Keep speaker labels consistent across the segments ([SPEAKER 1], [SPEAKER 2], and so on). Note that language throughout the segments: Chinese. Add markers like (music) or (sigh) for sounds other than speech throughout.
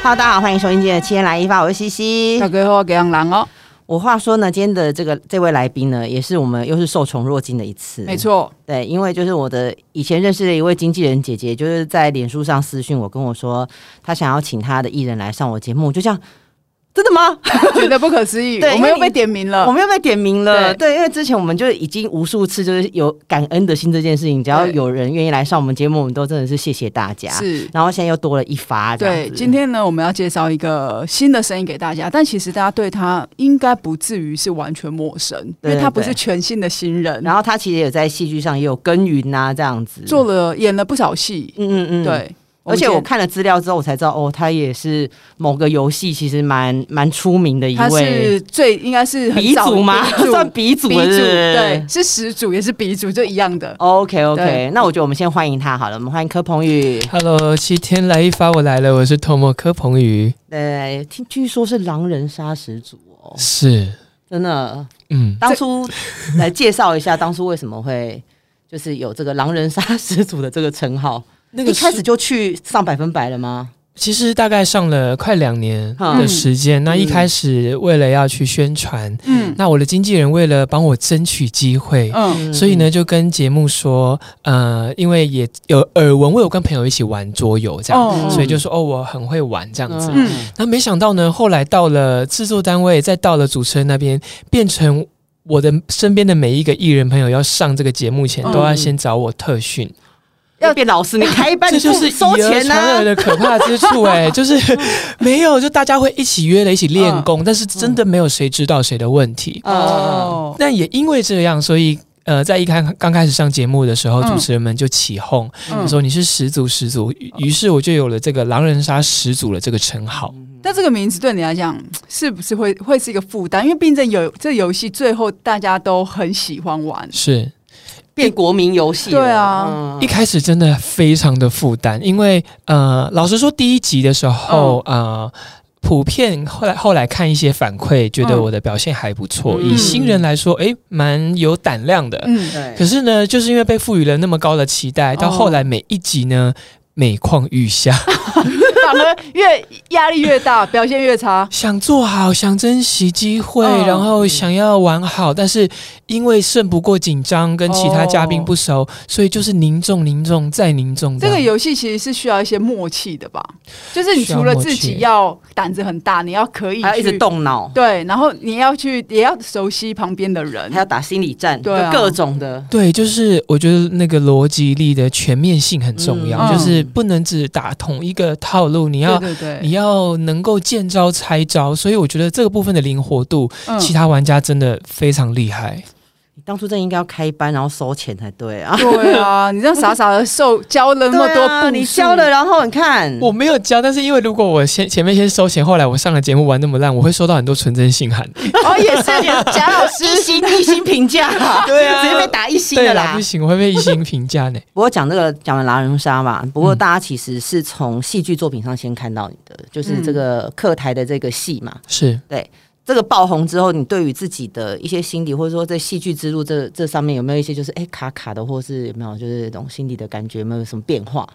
[SPEAKER 1] Hello，大家好，欢迎收听今天的《七天来一发》，我是西西
[SPEAKER 2] 大。家好，我给杨狼哦，
[SPEAKER 1] 我话说呢，今天的这个这位来宾呢，也是我们又是受宠若惊的一次。
[SPEAKER 2] 没，错， (laughs)
[SPEAKER 1] 对，因为就是我的以前认识的一位经纪人姐姐，就是在脸书上私讯我，跟我说她想要请她的艺人来上我节目，我就这样，真的
[SPEAKER 2] (laughs)
[SPEAKER 1] 吗？
[SPEAKER 2] 觉得不可思议，
[SPEAKER 1] 对
[SPEAKER 2] 我们又被点名
[SPEAKER 1] 我
[SPEAKER 2] 了。
[SPEAKER 1] 们又被点名了，
[SPEAKER 2] 对
[SPEAKER 1] 对，因为之前我们就已经无数次就是有感恩的心这件事情，只要
[SPEAKER 2] 对
[SPEAKER 1] 有人愿意来上我们节目，我们都真的是谢谢大家。
[SPEAKER 2] 是，
[SPEAKER 1] 然后现在又多了一发，这样
[SPEAKER 2] 对，
[SPEAKER 1] 子
[SPEAKER 2] 今天呢，我们要介绍一个新的声音给大家，但其实大家对他应该不至于是完全陌生，
[SPEAKER 1] 对
[SPEAKER 2] 因为他不
[SPEAKER 1] 对
[SPEAKER 2] 是全新的新人，
[SPEAKER 1] 然后他其实也在戏剧上也有耕耘呐、这样子
[SPEAKER 2] 做了演了不少戏，
[SPEAKER 1] 嗯嗯嗯，。
[SPEAKER 2] 对，
[SPEAKER 1] 而且我
[SPEAKER 2] 们
[SPEAKER 1] 看了资料之后，我才知道哦，他也是某个游戏其实蛮蛮出名的一
[SPEAKER 2] 今天他
[SPEAKER 1] 位
[SPEAKER 2] 是最应该是很
[SPEAKER 1] 鼻
[SPEAKER 2] 早
[SPEAKER 1] 祖吗？ (laughs)
[SPEAKER 2] 鼻祖
[SPEAKER 1] 算鼻祖
[SPEAKER 2] 鼻
[SPEAKER 1] 了
[SPEAKER 2] 祖，
[SPEAKER 1] 是不是哦
[SPEAKER 2] 对，是始祖也是鼻祖，就一样的。
[SPEAKER 1] OK OK，
[SPEAKER 2] 对
[SPEAKER 1] 那我觉得我们先欢迎他好了，我们欢迎柯鹏宇。
[SPEAKER 3] Hello，七天来一发，我来了，我是透墨柯鹏宇，
[SPEAKER 1] 呃，听据说是狼人杀始祖哦，
[SPEAKER 3] 是，
[SPEAKER 1] 真的。
[SPEAKER 3] 嗯，
[SPEAKER 1] 当初来介绍一下，当初为什么会就是有这个狼人杀始祖的这个称号？
[SPEAKER 3] 那个
[SPEAKER 1] 一开始
[SPEAKER 3] 是
[SPEAKER 1] 就去上百分百了吗？
[SPEAKER 3] 其实大概上了快两年
[SPEAKER 1] 嗯
[SPEAKER 3] 的时间，那一
[SPEAKER 1] 嗯
[SPEAKER 3] 开始为了要去宣传，
[SPEAKER 2] 嗯
[SPEAKER 3] 那我的经纪人为了帮我争取机会。
[SPEAKER 2] 嗯，
[SPEAKER 3] 所以呢，就跟节目说，呃，因为也有耳闻，我有跟朋友一起玩桌游这样，
[SPEAKER 2] 哦
[SPEAKER 3] 所以就说哦，我很会玩这
[SPEAKER 1] 嗯，
[SPEAKER 3] 样子。
[SPEAKER 2] 嗯
[SPEAKER 3] 那没想到呢，后来到了制作单位，再到了主持人那边，变成我的身边的每一个艺人朋友要上这个节目前，
[SPEAKER 2] 嗯
[SPEAKER 3] 都要先找我特训，
[SPEAKER 1] 要变老师，你开一半
[SPEAKER 3] 这就是
[SPEAKER 1] 你收
[SPEAKER 3] 以讹
[SPEAKER 1] 钱啊
[SPEAKER 3] 传讹
[SPEAKER 1] 呐、
[SPEAKER 3] 的可怕之处、哎，就是没有，就大家会一起约了，一起练功，但是真的没有谁知道谁的问题。
[SPEAKER 1] 哦，
[SPEAKER 2] 哦，
[SPEAKER 3] 但也因为这样，所以。呃，在一开刚开始上节目的时候，
[SPEAKER 2] 嗯
[SPEAKER 3] 主持人们就起哄、
[SPEAKER 2] 嗯
[SPEAKER 3] 说你是始祖始祖，于于是我就有了这个狼人杀始祖的这个称号。
[SPEAKER 2] 但这个名字对你来讲，是不是会会是一个负担？因为毕竟这游这游戏最后大家都很喜欢玩，
[SPEAKER 3] 是，
[SPEAKER 1] 变国民游戏了。
[SPEAKER 2] 对啊
[SPEAKER 1] 嗯
[SPEAKER 3] 一开始真的非常的负担，因为呃，老实说，第一集的时候，
[SPEAKER 2] 嗯
[SPEAKER 3] 呃，普遍后来后来看一些反馈，觉得
[SPEAKER 2] 嗯
[SPEAKER 3] 我的表现还不错。
[SPEAKER 1] 嗯
[SPEAKER 3] 以新人来说，诶，蛮有胆量的。
[SPEAKER 2] 嗯，
[SPEAKER 1] 对
[SPEAKER 3] 可是呢，就是因为被赋予了那么高的期待，到
[SPEAKER 2] 哦
[SPEAKER 3] 后来每一集呢，每况愈下， (laughs)
[SPEAKER 2] 反而越压力越大，表现越差。
[SPEAKER 3] 想做好，想珍惜机会，
[SPEAKER 2] 嗯
[SPEAKER 3] 然后想要玩好，但是因为胜不过紧张，跟其
[SPEAKER 2] 哦
[SPEAKER 3] 他嘉宾不熟，所以就是凝重、凝重再凝重
[SPEAKER 2] 这
[SPEAKER 3] 样。
[SPEAKER 2] 个游戏其实是需要一些默契的吧？就是你除了自己
[SPEAKER 3] 需
[SPEAKER 2] 要胆子很大，你要可以
[SPEAKER 1] 还要一直
[SPEAKER 2] 去，
[SPEAKER 1] 动脑，
[SPEAKER 2] 对，然后你要去也要熟悉旁边的人
[SPEAKER 1] 还。要打心理战，
[SPEAKER 2] 对啊
[SPEAKER 1] 就各种的。
[SPEAKER 3] 对，就是我觉得那个逻辑力的全面性很重要，
[SPEAKER 2] 嗯
[SPEAKER 3] 就是不能只打同一个套路，你
[SPEAKER 2] 对
[SPEAKER 3] 要
[SPEAKER 2] 对对，
[SPEAKER 3] 你要能够见招拆招，所以我觉得这个部分的灵活度，
[SPEAKER 2] 嗯
[SPEAKER 3] 其他玩家真的非常厉害。
[SPEAKER 1] 你当初真的应该要开班，然后收钱才对
[SPEAKER 2] (laughs)
[SPEAKER 1] 啊。
[SPEAKER 2] 对啊，你这样傻傻的受教了那么
[SPEAKER 1] 对
[SPEAKER 2] 多
[SPEAKER 1] 啊
[SPEAKER 2] 步数，
[SPEAKER 1] 你教了，然后你
[SPEAKER 2] 嗯
[SPEAKER 1] 看，
[SPEAKER 3] 我没有教，但是因为如果我先前面先收钱，后来我上了节目玩那么烂，我会收到很多纯真信函。
[SPEAKER 2] (laughs) 哦，也是
[SPEAKER 1] (laughs)
[SPEAKER 2] 你的贾老师
[SPEAKER 1] 一星一星评
[SPEAKER 2] (laughs)
[SPEAKER 1] 价，
[SPEAKER 3] 对啊
[SPEAKER 1] 直接被打一星
[SPEAKER 3] 对
[SPEAKER 1] 的
[SPEAKER 3] 啦，
[SPEAKER 1] 啦
[SPEAKER 3] 不。行，我会被一星评价
[SPEAKER 2] (laughs)
[SPEAKER 3] 呢。
[SPEAKER 1] 不过讲这个讲完狼人杀嘛，不过大家其实是从戏剧作品上先看到你的，
[SPEAKER 2] 嗯
[SPEAKER 1] 就是这个客台的这个戏嘛。
[SPEAKER 3] 是
[SPEAKER 1] 这个爆红之后，你对于自己的一些心理，或者说在戏剧之路这这上面有没有一些就是哎卡卡的，或是有没有就是那种心理的感觉，有没有什么变化？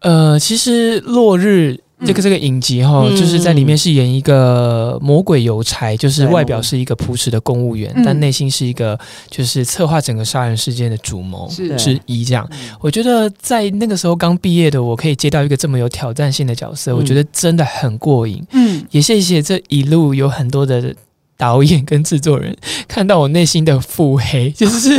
[SPEAKER 3] 呃，其实《落日》这个这个影集哈、
[SPEAKER 1] 嗯
[SPEAKER 3] 就是在里面饰演一个魔鬼邮差，就是
[SPEAKER 1] 对
[SPEAKER 3] 外表是一个朴实的公务员，
[SPEAKER 2] 嗯
[SPEAKER 3] 但内心是一个就是策划整个杀人事件的主谋
[SPEAKER 2] 是
[SPEAKER 1] 对
[SPEAKER 3] 之一。这样，
[SPEAKER 1] 嗯
[SPEAKER 3] 我觉得在那个时候刚毕业的我，可以接到一个这么有挑战性的角色，
[SPEAKER 1] 嗯
[SPEAKER 3] 我觉得真的很过瘾。
[SPEAKER 2] 嗯，
[SPEAKER 3] 也谢谢这一路有很多的导演跟制作人看到我内心的腹黑， (laughs) 就是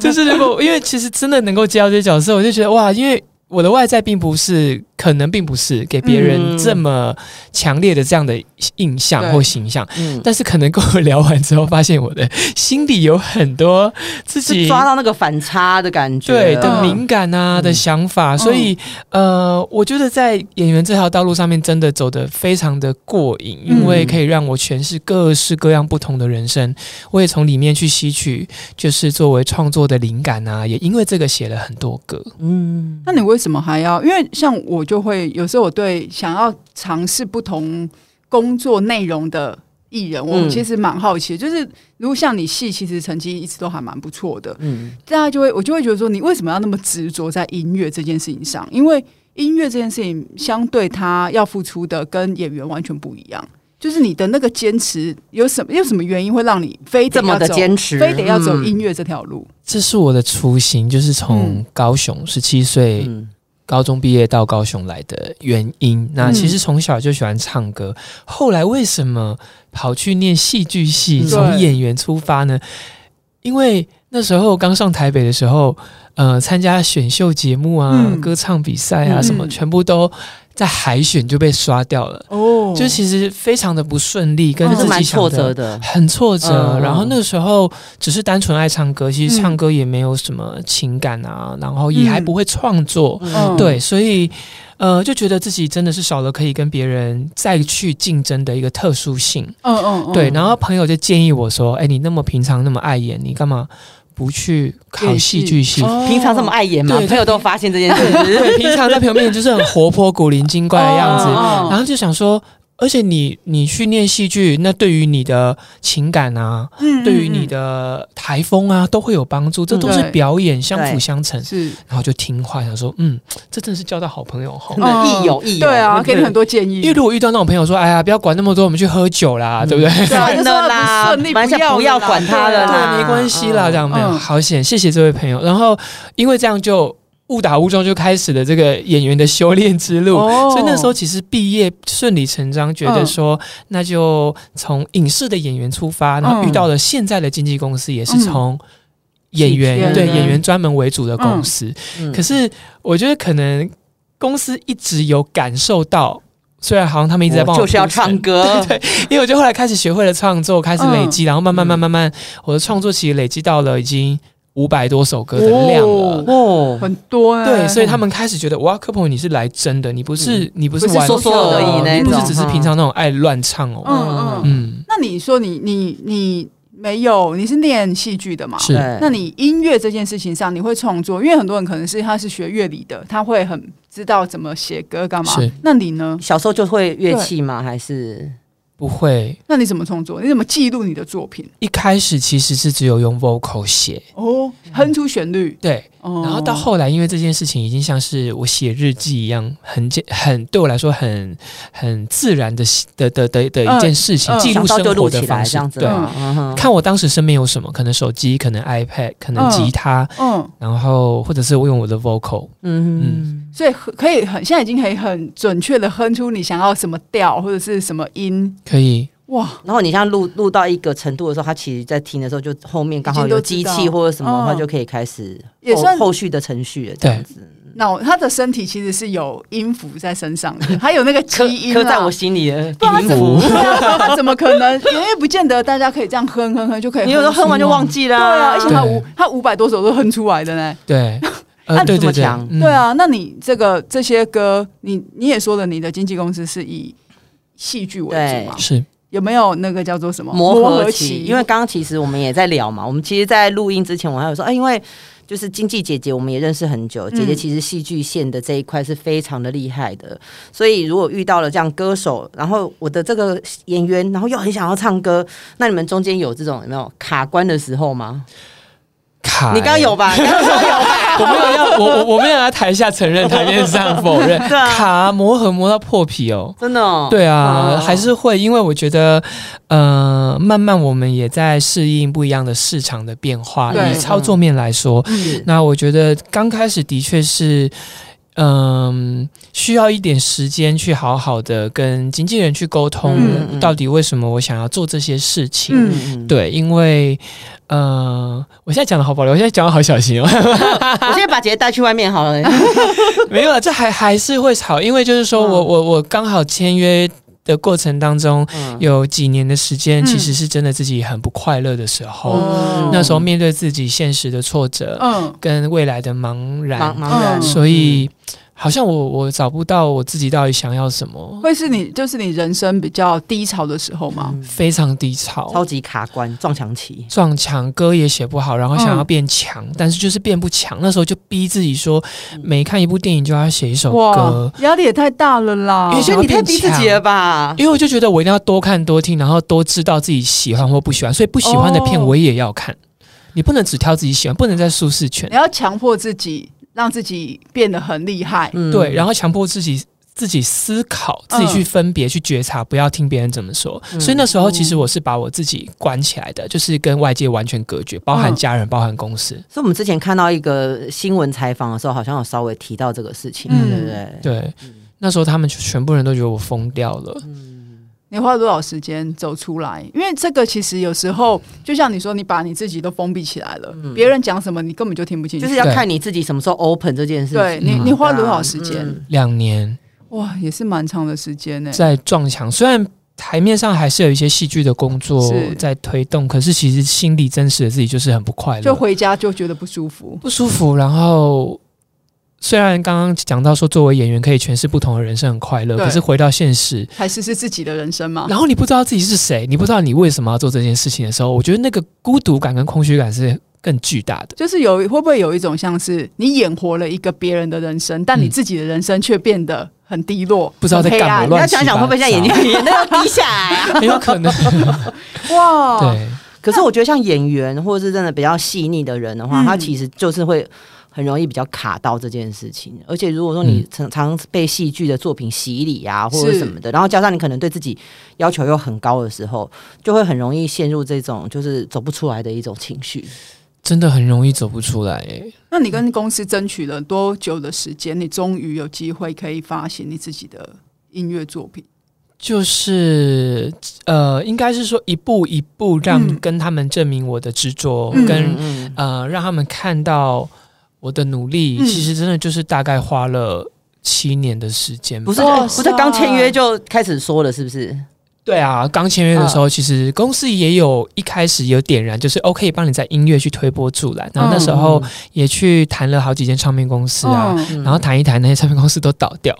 [SPEAKER 3] 就是如果因为其实真的能够接到这些角色，我就觉得哇，因为。我的外在并不是，可能并不是给别人
[SPEAKER 1] 嗯
[SPEAKER 3] 这么强烈的这样的印象
[SPEAKER 2] 对
[SPEAKER 3] 或形象，
[SPEAKER 1] 嗯，
[SPEAKER 3] 但是可能跟我聊完之后，发现我的心里有很多自
[SPEAKER 1] 是
[SPEAKER 3] 己
[SPEAKER 1] 抓到那个反差的感觉，
[SPEAKER 3] 对的
[SPEAKER 2] 嗯
[SPEAKER 3] 敏感啊、
[SPEAKER 1] 嗯
[SPEAKER 3] 的想法，所以呃，我觉得在演员这条道路上面真的走得非常的过瘾，
[SPEAKER 2] 嗯
[SPEAKER 3] 因为可以让我诠释各式各样不同的人生，我也从里面去吸取，就是作为创作的灵感啊，也因为这个写了很多歌。
[SPEAKER 1] 嗯，
[SPEAKER 2] 那你为什么还要？因为像我就会有时候我对想要尝试不同工作内容的艺人，我
[SPEAKER 1] 嗯
[SPEAKER 2] 其实蛮好奇的，就是如果像你戏，其实成绩一直都还蛮不错的，
[SPEAKER 1] 嗯
[SPEAKER 2] 大家就会我就会觉得说，你为什么要那么执着在音乐这件事情上？因为音乐这件事情相对他要付出的跟演员完全不一样。就是你的那个坚持有什么有什么原因会让你非得
[SPEAKER 1] 这么
[SPEAKER 2] 要
[SPEAKER 1] 的
[SPEAKER 2] 走
[SPEAKER 1] 坚持，
[SPEAKER 2] 非得要走
[SPEAKER 1] 嗯
[SPEAKER 2] 音乐这条路？
[SPEAKER 3] 这是我的初心，就是从高雄十七岁
[SPEAKER 1] 嗯
[SPEAKER 3] 高中毕业到高雄来的原因。那
[SPEAKER 2] 嗯
[SPEAKER 3] 其实从小就喜欢唱歌，后来为什么跑去念戏剧系，
[SPEAKER 1] 嗯
[SPEAKER 3] 从
[SPEAKER 2] 对
[SPEAKER 3] 演员出发呢？因为那时候刚上台北的时候，呃，参加选秀节目啊、
[SPEAKER 2] 嗯
[SPEAKER 3] 歌唱比赛啊，
[SPEAKER 2] 嗯
[SPEAKER 3] 什么全部都在海选就被刷掉了，
[SPEAKER 2] 哦
[SPEAKER 3] 就其实非常的不顺利，跟
[SPEAKER 1] 嗯
[SPEAKER 3] 自
[SPEAKER 1] 是
[SPEAKER 3] 己
[SPEAKER 1] 蛮
[SPEAKER 3] 想
[SPEAKER 1] 挫
[SPEAKER 3] 的
[SPEAKER 1] 折的，
[SPEAKER 3] 很挫折。
[SPEAKER 1] 嗯
[SPEAKER 3] 然后那个时候只是单纯爱唱歌，其实
[SPEAKER 2] 嗯
[SPEAKER 3] 唱歌也没有什么情感啊，然后也
[SPEAKER 2] 嗯
[SPEAKER 3] 还不会创作，
[SPEAKER 2] 嗯
[SPEAKER 3] 对，所以呃就觉得自己真的是少了可以跟别人再去竞争的一个特殊性。
[SPEAKER 2] 嗯嗯嗯
[SPEAKER 3] 对，然后朋友就建议我说：“哎，你那么平常那么爱演，你干嘛不去考
[SPEAKER 2] 演
[SPEAKER 3] 戏
[SPEAKER 2] 戏
[SPEAKER 3] 剧系？”
[SPEAKER 2] 哦
[SPEAKER 1] 平常这么爱演嘛
[SPEAKER 3] 对，
[SPEAKER 1] 朋友都发现这件事，
[SPEAKER 3] 对，平常在朋友面前就是很活泼、古灵精怪的样子，
[SPEAKER 2] 哦
[SPEAKER 3] 然后就想说，而且你你去念戏剧，那对于你的情感啊，
[SPEAKER 2] 嗯
[SPEAKER 3] 对于你
[SPEAKER 2] 嗯
[SPEAKER 3] 的台风啊，都会有帮助，这都是
[SPEAKER 2] 对
[SPEAKER 3] 表演相辅
[SPEAKER 1] 对
[SPEAKER 3] 相成
[SPEAKER 2] 嗯。是
[SPEAKER 3] 然后就听话，想说，嗯，这真的是交到好朋友哈。
[SPEAKER 1] 真的益友益友，
[SPEAKER 2] 对啊，给你很
[SPEAKER 1] 多
[SPEAKER 2] 多建议，
[SPEAKER 3] 因为如果遇到那种朋友说，哎呀，不要管那么多，我们去喝酒啦，
[SPEAKER 1] 嗯
[SPEAKER 3] 对不对？
[SPEAKER 2] 对
[SPEAKER 1] (laughs)
[SPEAKER 2] 啊
[SPEAKER 1] 算
[SPEAKER 2] 就说
[SPEAKER 1] 了
[SPEAKER 2] 不
[SPEAKER 1] 啦
[SPEAKER 2] 顺利
[SPEAKER 1] 马来西亚
[SPEAKER 2] 不
[SPEAKER 1] 不
[SPEAKER 2] 要
[SPEAKER 1] 要
[SPEAKER 2] 了啦
[SPEAKER 1] 管他了
[SPEAKER 2] 对
[SPEAKER 1] 啦，
[SPEAKER 3] (laughs) 对，没关系啦，
[SPEAKER 1] 嗯
[SPEAKER 3] 这样没有
[SPEAKER 2] 嗯
[SPEAKER 3] 好险，谢谢这位朋友。然后因为这样就误打误撞就开始了这个演员的修炼之路。
[SPEAKER 2] 哦
[SPEAKER 3] 所以那时候其实毕业顺理成章，觉得说、那就从影视的演员出发，然后遇到了现在的经纪公司，也是从演员、
[SPEAKER 2] 嗯
[SPEAKER 3] 对
[SPEAKER 1] 嗯
[SPEAKER 3] 演员专门为主的公司。
[SPEAKER 1] 嗯
[SPEAKER 3] 可是我觉得可能公司一直有感受到，虽然好像他们一直在帮
[SPEAKER 1] 我
[SPEAKER 3] 我
[SPEAKER 1] 就是要
[SPEAKER 3] 铺陈
[SPEAKER 1] 唱歌，
[SPEAKER 3] (laughs) 对，因为我就后来开始学会了创作，开始累
[SPEAKER 2] 嗯
[SPEAKER 3] 积，然后慢慢慢慢慢，我的创作其实累积到了已经五百多首歌的量
[SPEAKER 2] 哦
[SPEAKER 3] 了。
[SPEAKER 1] 哦，
[SPEAKER 2] 很多欸
[SPEAKER 3] 对，所以他们开始觉得哇，科普你是来真的，你不是、你不
[SPEAKER 2] 嗯
[SPEAKER 3] 是
[SPEAKER 2] 不是
[SPEAKER 3] 玩
[SPEAKER 2] 说说
[SPEAKER 3] 票
[SPEAKER 2] 而已
[SPEAKER 3] 哦
[SPEAKER 2] 那
[SPEAKER 3] 你不是
[SPEAKER 1] 种
[SPEAKER 3] 只是
[SPEAKER 1] 哈
[SPEAKER 3] 平常那种爱乱唱哦。
[SPEAKER 2] 嗯嗯。
[SPEAKER 3] 嗯，
[SPEAKER 2] 那你说你你你没有，你是念戏剧的嘛？
[SPEAKER 3] 是
[SPEAKER 1] 对
[SPEAKER 2] 那你音乐这件事情上，你会创作？因为很多人可能是他是学乐理的，他会很知道怎么写歌干嘛
[SPEAKER 3] 是。
[SPEAKER 2] 那你呢？
[SPEAKER 1] 小时候就会乐器吗？还是
[SPEAKER 3] 不会。
[SPEAKER 2] 那你怎么创作？你怎么记录你的作品？
[SPEAKER 3] 一开始其实是只有用 vocal 写，
[SPEAKER 2] 哦，哼出旋律，
[SPEAKER 3] 对，
[SPEAKER 2] 哦、
[SPEAKER 3] 然后到后来，因为这件事情已经像是我写日记一样，很简很对我来说很很自然的的的的的一件事情，
[SPEAKER 2] 嗯嗯
[SPEAKER 3] 记
[SPEAKER 1] 想
[SPEAKER 3] 录
[SPEAKER 1] 到
[SPEAKER 3] 生
[SPEAKER 1] 就录
[SPEAKER 3] 活的
[SPEAKER 1] 起
[SPEAKER 3] 方
[SPEAKER 1] 来
[SPEAKER 3] 式。
[SPEAKER 1] 这样子
[SPEAKER 3] 对，
[SPEAKER 1] 吗？嗯哼
[SPEAKER 3] 看我当时身边有什么，可能手机，可能 iPad，可能吉他，
[SPEAKER 2] 嗯，
[SPEAKER 3] 然后或者是我用我的 vocal，
[SPEAKER 1] 嗯
[SPEAKER 2] 所以很可以很现在已经可以很准确的哼出你想要什么调或者是什么音。
[SPEAKER 3] 可以
[SPEAKER 2] 哇，
[SPEAKER 1] 然后你像录录到一个程度的时候，他其实在听的时候，就后面刚好有机
[SPEAKER 2] 已经都知
[SPEAKER 1] 器
[SPEAKER 2] 道
[SPEAKER 1] 或者什么的话，
[SPEAKER 2] 嗯
[SPEAKER 1] 就可以开始
[SPEAKER 2] 也
[SPEAKER 1] 后
[SPEAKER 2] 算
[SPEAKER 1] 后续的程序了。这样子
[SPEAKER 2] 那他的身体其实是有音符在身上的，还有那个
[SPEAKER 1] 刻
[SPEAKER 2] 基因
[SPEAKER 1] 刻
[SPEAKER 2] 啦
[SPEAKER 1] 在我心里了，
[SPEAKER 2] 不然他
[SPEAKER 1] 音
[SPEAKER 2] 怎么
[SPEAKER 1] 符，
[SPEAKER 2] (laughs) 对啊不然他怎么可能？因为不见得大家可以这样哼哼哼就可以。
[SPEAKER 1] (laughs) 你有时候哼完就忘。记了。
[SPEAKER 2] 对啊，而且他五
[SPEAKER 3] 对
[SPEAKER 2] 他五百多首都哼出来的呢。
[SPEAKER 3] 对，
[SPEAKER 1] 那
[SPEAKER 3] 呃，
[SPEAKER 1] 你
[SPEAKER 3] 对
[SPEAKER 1] 这
[SPEAKER 3] 对
[SPEAKER 1] 么
[SPEAKER 3] 对，
[SPEAKER 1] 强
[SPEAKER 3] 嗯
[SPEAKER 2] 对，啊，那你这个这些歌，你你也说了，你的经纪公司是以戏剧为主嘛？
[SPEAKER 3] 是
[SPEAKER 2] 有没有那个叫做
[SPEAKER 3] 哦
[SPEAKER 2] 什么
[SPEAKER 1] 磨合期，
[SPEAKER 2] 期？
[SPEAKER 1] 因为刚刚其实我们也在聊嘛，我们其实，在录音之前，我还有说，哎，因为就是经纪姐姐，我们也认识很久，姐姐
[SPEAKER 2] 嗯
[SPEAKER 1] 其实戏剧线的这一块是非常的厉害的，所以如果遇到了这样歌手，然后我的这个演员，然后又很想要唱歌，那你们中间有这种有没有卡关的时候吗？
[SPEAKER 3] 卡。欸
[SPEAKER 1] 你刚刚有
[SPEAKER 3] (laughs)
[SPEAKER 1] 吧？你刚刚说有吧？
[SPEAKER 3] 我没有要我我我没有要台下
[SPEAKER 1] (laughs)
[SPEAKER 3] 承认，台面上否认。
[SPEAKER 1] 对啊
[SPEAKER 3] 卡磨合磨到破皮哦。
[SPEAKER 1] 真的、哦？
[SPEAKER 3] 对啊，
[SPEAKER 1] 哦
[SPEAKER 3] 还是会，因为我觉得，呃，慢慢我们也在适应不一样的市场的变化。
[SPEAKER 2] 对
[SPEAKER 3] 以操作面来说，
[SPEAKER 1] 是
[SPEAKER 3] 那我觉得刚开始的确是，嗯、需要一点时间去好好的跟经纪人去沟通，
[SPEAKER 2] 嗯
[SPEAKER 1] 嗯
[SPEAKER 3] 到底为什么我想要做这些事情。
[SPEAKER 2] 嗯
[SPEAKER 1] 嗯，
[SPEAKER 3] 对，因为，呃，我现在讲的好保留，我现在讲的好小心哦。 (laughs)
[SPEAKER 1] 啊我现在把姐姐带去外面好了。
[SPEAKER 3] 没有，啊这还还是会吵，因为就是说我、
[SPEAKER 1] 嗯
[SPEAKER 3] 我我刚好签约的过程当中，
[SPEAKER 1] 嗯
[SPEAKER 3] 有几年的时间，
[SPEAKER 2] 嗯
[SPEAKER 3] 其实是真的自己很不快乐的时候。
[SPEAKER 2] 哦
[SPEAKER 3] 那时候面对自己现实的挫折，
[SPEAKER 2] 嗯
[SPEAKER 3] 跟未来的茫然，
[SPEAKER 1] 茫茫然，
[SPEAKER 2] 嗯
[SPEAKER 3] 所以好像我我找不到我自己到底想要什么，
[SPEAKER 2] 会是你就是你人生比较低潮的时候吗？
[SPEAKER 3] 非常低潮。
[SPEAKER 1] 超级卡关，撞墙期。
[SPEAKER 3] 撞墙，歌也写不好，然后想要
[SPEAKER 2] 嗯
[SPEAKER 3] 变强，但是就是变不强。那时候就逼自己说，
[SPEAKER 1] 嗯
[SPEAKER 3] 每看一部电影就要写一首歌
[SPEAKER 2] 哇，，压力也太大了啦
[SPEAKER 3] 因！为
[SPEAKER 1] 我哦觉得你太逼自己了吧？
[SPEAKER 3] 因为我就觉得我一定要多看多听，然后多知道自己喜欢或不喜欢，所以不喜欢的片
[SPEAKER 2] 哦
[SPEAKER 3] 我也要看。你不能只挑自己喜欢，不能在舒适圈
[SPEAKER 2] 你。要强迫自己让自己变得很厉害。
[SPEAKER 1] 嗯
[SPEAKER 3] 对，然后强迫自己自己思考，自己去
[SPEAKER 2] 嗯
[SPEAKER 3] 分别、去觉察，不要听别人怎么说。
[SPEAKER 1] 嗯
[SPEAKER 3] 所以那时候其
[SPEAKER 2] 哦
[SPEAKER 3] 实我是把我自己关起来的，就是跟外界完全隔绝，包含
[SPEAKER 2] 嗯
[SPEAKER 3] 家人、包含公司。
[SPEAKER 1] 所以我们之前看到一个新闻采访的时候，好像有稍微提到这个事情，
[SPEAKER 2] 嗯嗯
[SPEAKER 1] 对不对？
[SPEAKER 3] 对，那时候他们就全部人都觉得我疯掉了。
[SPEAKER 2] 你花了多少时间走出来？因为这个其实有时候，就像你说，你把你自己都封闭起来了，别人讲什么你根本就听不进
[SPEAKER 1] 嗯
[SPEAKER 2] 去。
[SPEAKER 1] 就是要看你自己什么时候 open 这件事情嘛。
[SPEAKER 2] 对你，你花了多少时
[SPEAKER 1] 对啊
[SPEAKER 2] 间？
[SPEAKER 1] 嗯
[SPEAKER 3] 两年
[SPEAKER 2] 哇，也是蛮长的时间呢、
[SPEAKER 3] 在撞墙，虽然台面上还是有一些戏剧的工作
[SPEAKER 2] 是
[SPEAKER 3] 在推动，可是其实心里真实的自己就是很不快乐，
[SPEAKER 2] 就回家就觉得不舒服。
[SPEAKER 3] 不舒服。然后虽然刚刚讲到说，作为演员可以诠释不同的人生很快乐，
[SPEAKER 2] 对
[SPEAKER 3] 可是回到现实，
[SPEAKER 2] 还是是自己的人生嘛？
[SPEAKER 3] 然后你不知道自己是谁，你不知道你为什么要做这件事情的时候，我觉得那个孤独感跟空虚感是更巨大
[SPEAKER 2] (laughs)
[SPEAKER 3] 的。
[SPEAKER 2] 就是有会不会有一种像是你演活了一个别人的人生，但你
[SPEAKER 3] 嗯
[SPEAKER 2] 自己的人生却变得很低落，
[SPEAKER 3] 不知道在干嘛
[SPEAKER 2] 很
[SPEAKER 1] 你
[SPEAKER 2] 黑
[SPEAKER 1] 要
[SPEAKER 3] 乱
[SPEAKER 1] 想想会不会现在眼睛
[SPEAKER 3] (laughs)
[SPEAKER 1] 眼泪要滴下来啊？
[SPEAKER 3] 很有可
[SPEAKER 2] (laughs)
[SPEAKER 3] 能，
[SPEAKER 2] 暗哇，
[SPEAKER 3] 对，
[SPEAKER 1] 可是我觉得像演员或者是真的比较细腻的人的话，
[SPEAKER 2] 嗯
[SPEAKER 1] 他其实就是会很容易比较卡到这件事情。而且如果说
[SPEAKER 3] 嗯
[SPEAKER 1] 你常常被戏剧的作品洗礼啊，或者
[SPEAKER 2] 是
[SPEAKER 1] 什么的，然后加上你可能对自己要求又很高的时候，就会很容易陷入这种就是走不出来的一种情绪。
[SPEAKER 3] 真的很容易走不出来、欸。
[SPEAKER 2] 那你跟公司争取了多久的时间？你终于有机会可以发行你自己的音乐作品？
[SPEAKER 3] 就是呃，应该是说一步一步让
[SPEAKER 2] 嗯
[SPEAKER 3] 跟他们证明我的执着，
[SPEAKER 2] 嗯
[SPEAKER 3] 跟
[SPEAKER 1] 嗯
[SPEAKER 3] 呃让他们看到我的努力。
[SPEAKER 2] 嗯
[SPEAKER 3] 其实真的就是大概花了七年的时间吧，
[SPEAKER 1] 不是
[SPEAKER 2] 哇
[SPEAKER 1] 不是
[SPEAKER 2] 塞
[SPEAKER 1] 刚签约就开始说了，是不是？
[SPEAKER 3] 对啊，刚签约的
[SPEAKER 2] 嗯
[SPEAKER 3] 时候，其实公司也有一开始有点燃，就是 OK 帮你在音乐去推波助澜，然后那时候也去谈了好几间唱片公司啊。
[SPEAKER 2] 嗯，
[SPEAKER 3] 然后谈一谈，那些唱片公司都倒掉。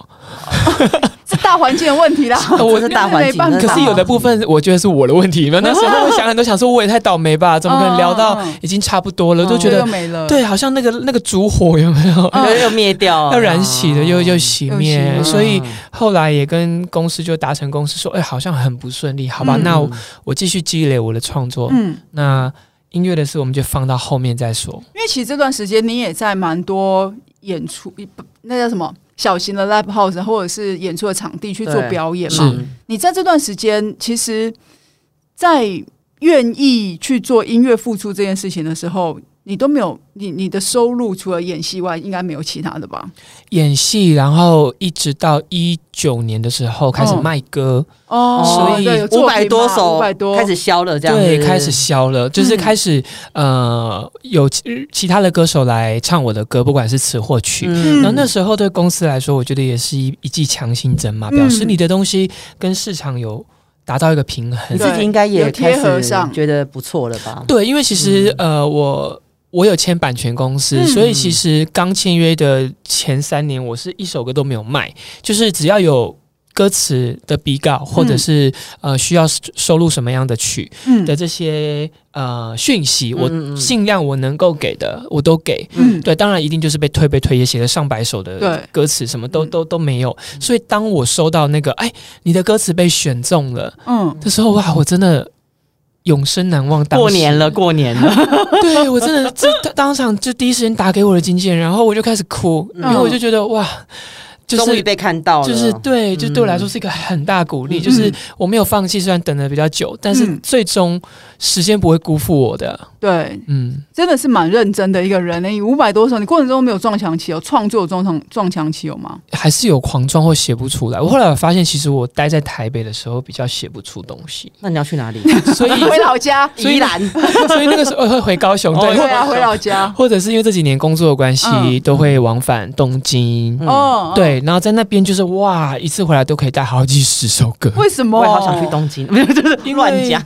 [SPEAKER 2] 是大环境的问
[SPEAKER 3] (laughs)
[SPEAKER 2] 题啦。
[SPEAKER 1] 我是大环
[SPEAKER 2] 没
[SPEAKER 1] 境，
[SPEAKER 2] 办法
[SPEAKER 1] 真
[SPEAKER 3] 可是有的部分，我觉得是我的问题。因为那时候想很多，想说我也太倒霉吧，怎么可能聊到
[SPEAKER 2] 嗯嗯嗯嗯嗯
[SPEAKER 3] 已经差不多了，都觉
[SPEAKER 2] 哦又
[SPEAKER 3] 得
[SPEAKER 2] 没了，
[SPEAKER 3] 对，好像那个那个烛火有没有
[SPEAKER 1] (laughs) 又又灭掉，
[SPEAKER 3] 哦
[SPEAKER 1] 嗯
[SPEAKER 3] 要燃起的又又熄
[SPEAKER 2] 嗯又熄
[SPEAKER 3] 灭，
[SPEAKER 2] 灭
[SPEAKER 3] 所以后来也跟公司就达成共识，说，哎、好像很不顺利，好吧，
[SPEAKER 2] 嗯
[SPEAKER 3] 那我我继续积累我的创作。
[SPEAKER 2] 嗯，
[SPEAKER 3] 那音乐的事，我们就放到后面再说。
[SPEAKER 2] 因为其实这段时间你也在蛮多演出，那叫什么小型的 live house 或者是演出的场地去做
[SPEAKER 1] 对
[SPEAKER 2] 表演嘛。
[SPEAKER 3] 是
[SPEAKER 2] 你在这段时间，其实，在愿意去做音乐付出这件事情的时候，你都没有你你的收入除了演戏外，应该没有其他的吧？
[SPEAKER 3] 演戏，然后一直到一九年的时候开始
[SPEAKER 2] 嗯
[SPEAKER 3] 卖歌，
[SPEAKER 2] 哦
[SPEAKER 3] 所以
[SPEAKER 1] 五百多首
[SPEAKER 2] 五百多
[SPEAKER 1] 开始消了，这样
[SPEAKER 3] 对，
[SPEAKER 1] 子
[SPEAKER 3] 开始销了，就
[SPEAKER 2] 嗯
[SPEAKER 3] 是开始、呃有其其他的歌手来唱我的歌，不管是词或曲。
[SPEAKER 1] 嗯
[SPEAKER 3] 然后那时候对公司来说，我觉得也是一一剂强心针嘛，
[SPEAKER 2] 嗯
[SPEAKER 3] 表示你的东西跟市场有达到一个平衡
[SPEAKER 1] 你。自己应该也
[SPEAKER 2] 有贴
[SPEAKER 1] 开
[SPEAKER 2] 合
[SPEAKER 1] 始
[SPEAKER 2] 上
[SPEAKER 1] 觉得不错了吧？
[SPEAKER 3] 对，因为其实、呃，我我有签版权公司，
[SPEAKER 2] 嗯
[SPEAKER 3] 所以其实刚签约的前三年，我是一首歌都没有卖，就是只要有。歌词的比稿，或者是、呃需要收录什么样的曲
[SPEAKER 2] 嗯
[SPEAKER 3] 的这些呃讯息，我
[SPEAKER 1] 嗯嗯嗯
[SPEAKER 3] 尽量我能够给的我都给。
[SPEAKER 2] 嗯
[SPEAKER 3] 对，当然一定就是被推被推，也写了上百首的
[SPEAKER 2] 对
[SPEAKER 3] 歌词，什么都
[SPEAKER 2] 嗯
[SPEAKER 3] 都都没有。所以当我收到那个哎，你的歌词被选中了
[SPEAKER 2] 嗯，
[SPEAKER 3] 的时候，哇，我真的永生难忘。当时
[SPEAKER 1] 过年了，过年了，
[SPEAKER 3] 对我真的这当场就第一时间打给我的经纪人，然后我就开始哭，
[SPEAKER 1] 嗯
[SPEAKER 3] 因为我就觉得哇，就
[SPEAKER 1] 终于
[SPEAKER 3] 是。
[SPEAKER 1] 被看到了，
[SPEAKER 3] 就是对，就对我来说是一个很大鼓励。
[SPEAKER 1] 嗯
[SPEAKER 3] 就是我没有放弃，虽然等的比较久，但是
[SPEAKER 2] 嗯
[SPEAKER 3] 最终时间不会辜负我的。
[SPEAKER 2] 对，
[SPEAKER 3] 嗯，
[SPEAKER 2] 真的是蛮认真的一个人呢、你五百多首，你过程中没有撞墙期有创作有撞墙撞墙期有吗？
[SPEAKER 3] 还是有狂撞或写不出来。我后来有发现，其实我待在台北的时候比较写不出东
[SPEAKER 1] (laughs)
[SPEAKER 3] 西，
[SPEAKER 1] 那你要去哪里？ (laughs)
[SPEAKER 3] 所以
[SPEAKER 2] 回老家，
[SPEAKER 3] 所以
[SPEAKER 1] 宜兰，
[SPEAKER 3] 所以那个时候会回高雄，
[SPEAKER 2] 对
[SPEAKER 1] 哦
[SPEAKER 3] 对，
[SPEAKER 2] 啊，回老家。
[SPEAKER 3] 或者是因为这几年工作的关系，
[SPEAKER 2] 嗯
[SPEAKER 3] 都会往返东京。
[SPEAKER 1] 嗯
[SPEAKER 2] 哦，哦，
[SPEAKER 3] 对，然后在那边就是哇，一次回来都可以带好几十首歌。
[SPEAKER 2] 为什么？
[SPEAKER 1] 我也好想去东 (laughs) 京，没有，就是
[SPEAKER 3] 因为
[SPEAKER 1] 乱讲。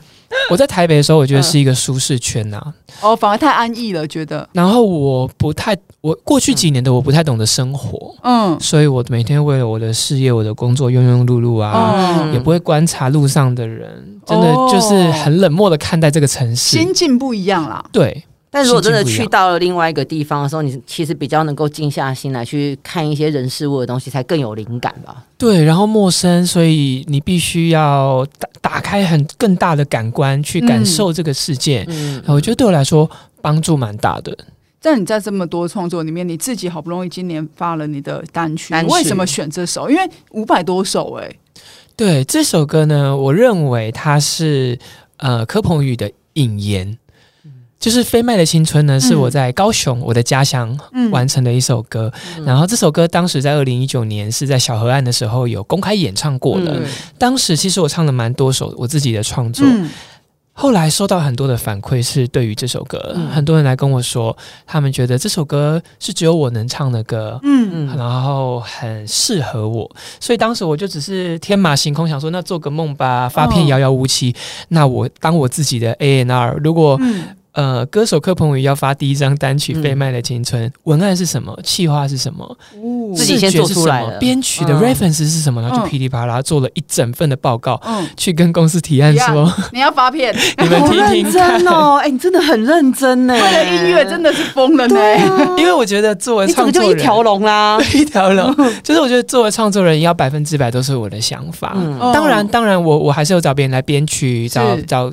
[SPEAKER 3] 我在台北的时候，我觉得是一个舒适圈呐、
[SPEAKER 2] 哦，反而太安逸了，觉得
[SPEAKER 3] 然后我不太，我过去几年的我不太懂得生活，
[SPEAKER 2] 嗯
[SPEAKER 3] 所以我每天为了我的事业、我的工作庸庸碌碌啊，
[SPEAKER 2] 嗯
[SPEAKER 3] 也不会观察路上的人，真的就是很冷漠的看待这个城市。
[SPEAKER 2] 心境不一样啦。
[SPEAKER 3] 对，
[SPEAKER 1] 但如果真的
[SPEAKER 3] 心情不一
[SPEAKER 1] 去
[SPEAKER 3] 样
[SPEAKER 1] 到了另外一个地方的时候，你其实比较能够静下心来去看一些人事物的东西，才更有灵感吧。
[SPEAKER 3] 对，然后陌生，所以你必须要打打开很更
[SPEAKER 2] 嗯
[SPEAKER 3] 大的感官去感受这个世界。
[SPEAKER 1] 嗯，
[SPEAKER 3] 我觉得对我来说帮助蛮大的。
[SPEAKER 2] 在你在这么多创作里面，你自己好不容易今年发了你的单曲，
[SPEAKER 1] 单
[SPEAKER 2] 你
[SPEAKER 1] 曲
[SPEAKER 2] 为什么选这首？因为五百多首哎、
[SPEAKER 3] 对这首歌呢，我认为它是呃柯鹏宇的引言，就是《飞麦的青春》呢，是我在高雄我的家乡
[SPEAKER 2] 嗯
[SPEAKER 3] 完成的一首歌。然后这首歌当时在二零一九年是在小河岸的时候有公开演唱过的。
[SPEAKER 1] 嗯
[SPEAKER 3] 当时其实我唱了蛮多首我自己的创作，
[SPEAKER 2] 嗯
[SPEAKER 3] 后来收到很多的反馈是对于这首歌，
[SPEAKER 1] 嗯
[SPEAKER 3] 很多人来跟我说，他们觉得这首歌是只有我能唱的歌。
[SPEAKER 2] 嗯
[SPEAKER 1] 嗯
[SPEAKER 3] 然后很适合我，所以当时我就只是天马行空，想说那做个梦吧，发片
[SPEAKER 2] 哦
[SPEAKER 3] 遥遥无期。那我当我自己的 A N R，如果
[SPEAKER 2] 嗯
[SPEAKER 3] 呃歌手柯鹏宇要发第一张单曲
[SPEAKER 1] 嗯
[SPEAKER 3] 《被卖的青春》，文案是什么，企划是什么，
[SPEAKER 2] 哦
[SPEAKER 1] 嗯自己先
[SPEAKER 3] 视觉
[SPEAKER 1] 做
[SPEAKER 3] 是
[SPEAKER 1] 出
[SPEAKER 3] 什
[SPEAKER 1] 来
[SPEAKER 3] 么
[SPEAKER 1] 了
[SPEAKER 3] 编曲的
[SPEAKER 1] 嗯
[SPEAKER 3] reference 是什么，然后就
[SPEAKER 2] 嗯
[SPEAKER 3] 噼里啪啦做了一整份的报告，
[SPEAKER 2] 嗯，
[SPEAKER 3] 去跟公司提案
[SPEAKER 2] 呀
[SPEAKER 3] 说。
[SPEAKER 1] (laughs)
[SPEAKER 2] 你要发片，(laughs)
[SPEAKER 3] 你们
[SPEAKER 1] 好
[SPEAKER 3] 听
[SPEAKER 1] 认
[SPEAKER 3] 听看
[SPEAKER 1] 真哦，哎、你真的很认真呢。
[SPEAKER 2] 为了音乐真的是疯了呢。
[SPEAKER 1] 对啊，
[SPEAKER 3] (laughs) 因为我觉得作为
[SPEAKER 1] 你整
[SPEAKER 3] 创
[SPEAKER 1] 个
[SPEAKER 3] 作
[SPEAKER 1] 就
[SPEAKER 3] 人，
[SPEAKER 1] 一条龙
[SPEAKER 3] (laughs)
[SPEAKER 1] 啦。
[SPEAKER 3] 对一条龙，就是我觉得作为创作人，要百分之百都是我的想法。
[SPEAKER 1] 嗯
[SPEAKER 2] 哦
[SPEAKER 3] 当然，当然我，我还是有找别人来编曲，找
[SPEAKER 2] 是
[SPEAKER 3] 找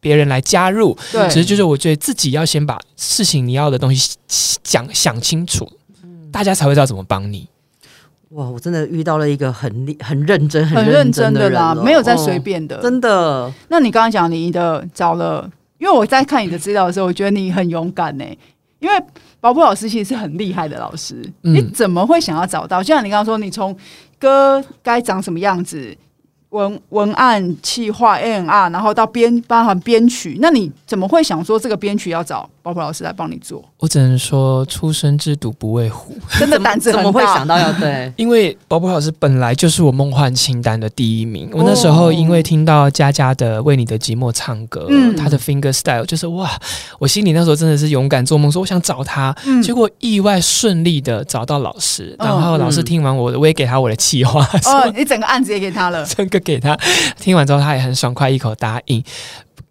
[SPEAKER 3] 别人来加入。
[SPEAKER 2] 对，
[SPEAKER 3] 只是就是我觉得自己要先把事情你要的东西讲想清楚，
[SPEAKER 2] 嗯
[SPEAKER 3] 大家才会知道怎么帮你。
[SPEAKER 1] 哇，我真的遇到了一个很厉很认真、
[SPEAKER 2] 很认
[SPEAKER 1] 认
[SPEAKER 2] 真
[SPEAKER 1] 的
[SPEAKER 2] 的
[SPEAKER 1] 人
[SPEAKER 2] 啦，
[SPEAKER 1] 了
[SPEAKER 2] 没有在随、
[SPEAKER 1] 哦
[SPEAKER 2] 便的。
[SPEAKER 1] 真的，
[SPEAKER 2] 那你刚刚讲你的找了，因为我在看你的资料的时候，我觉得你很勇敢呢、因为保普老师其实是很厉害的老师，
[SPEAKER 3] 嗯
[SPEAKER 2] 你怎么会想要找到？就像你刚刚说，你从歌该长什么样子，文文案、企划、A N R，然后到编包含编曲，那你怎么会想说这个编曲要找保普老师来帮你
[SPEAKER 3] (laughs)
[SPEAKER 2] 做？
[SPEAKER 3] 我只能说，出生之犊不畏虎，
[SPEAKER 2] 真的胆子
[SPEAKER 1] 怎
[SPEAKER 2] 很
[SPEAKER 1] 么会
[SPEAKER 2] 大
[SPEAKER 1] 想。到要对？
[SPEAKER 3] 因为保普老师本来就是我梦幻清单的第一名。
[SPEAKER 2] 哦
[SPEAKER 3] 我那时候因为听到佳佳的《为你的寂寞》唱歌，
[SPEAKER 2] 嗯
[SPEAKER 3] 她的 finger style 就是哇，我心里那时候真的是勇敢做梦，说我想找她，
[SPEAKER 2] 嗯
[SPEAKER 3] 结果意外顺利的找到老师，
[SPEAKER 2] 嗯
[SPEAKER 3] 然后老师听完我的，我也给他我的气话，
[SPEAKER 2] 哦
[SPEAKER 3] (laughs) 说，
[SPEAKER 2] 你整个案子也给他了，
[SPEAKER 3] 整个给他。听完之后，他也很爽快，一口答应。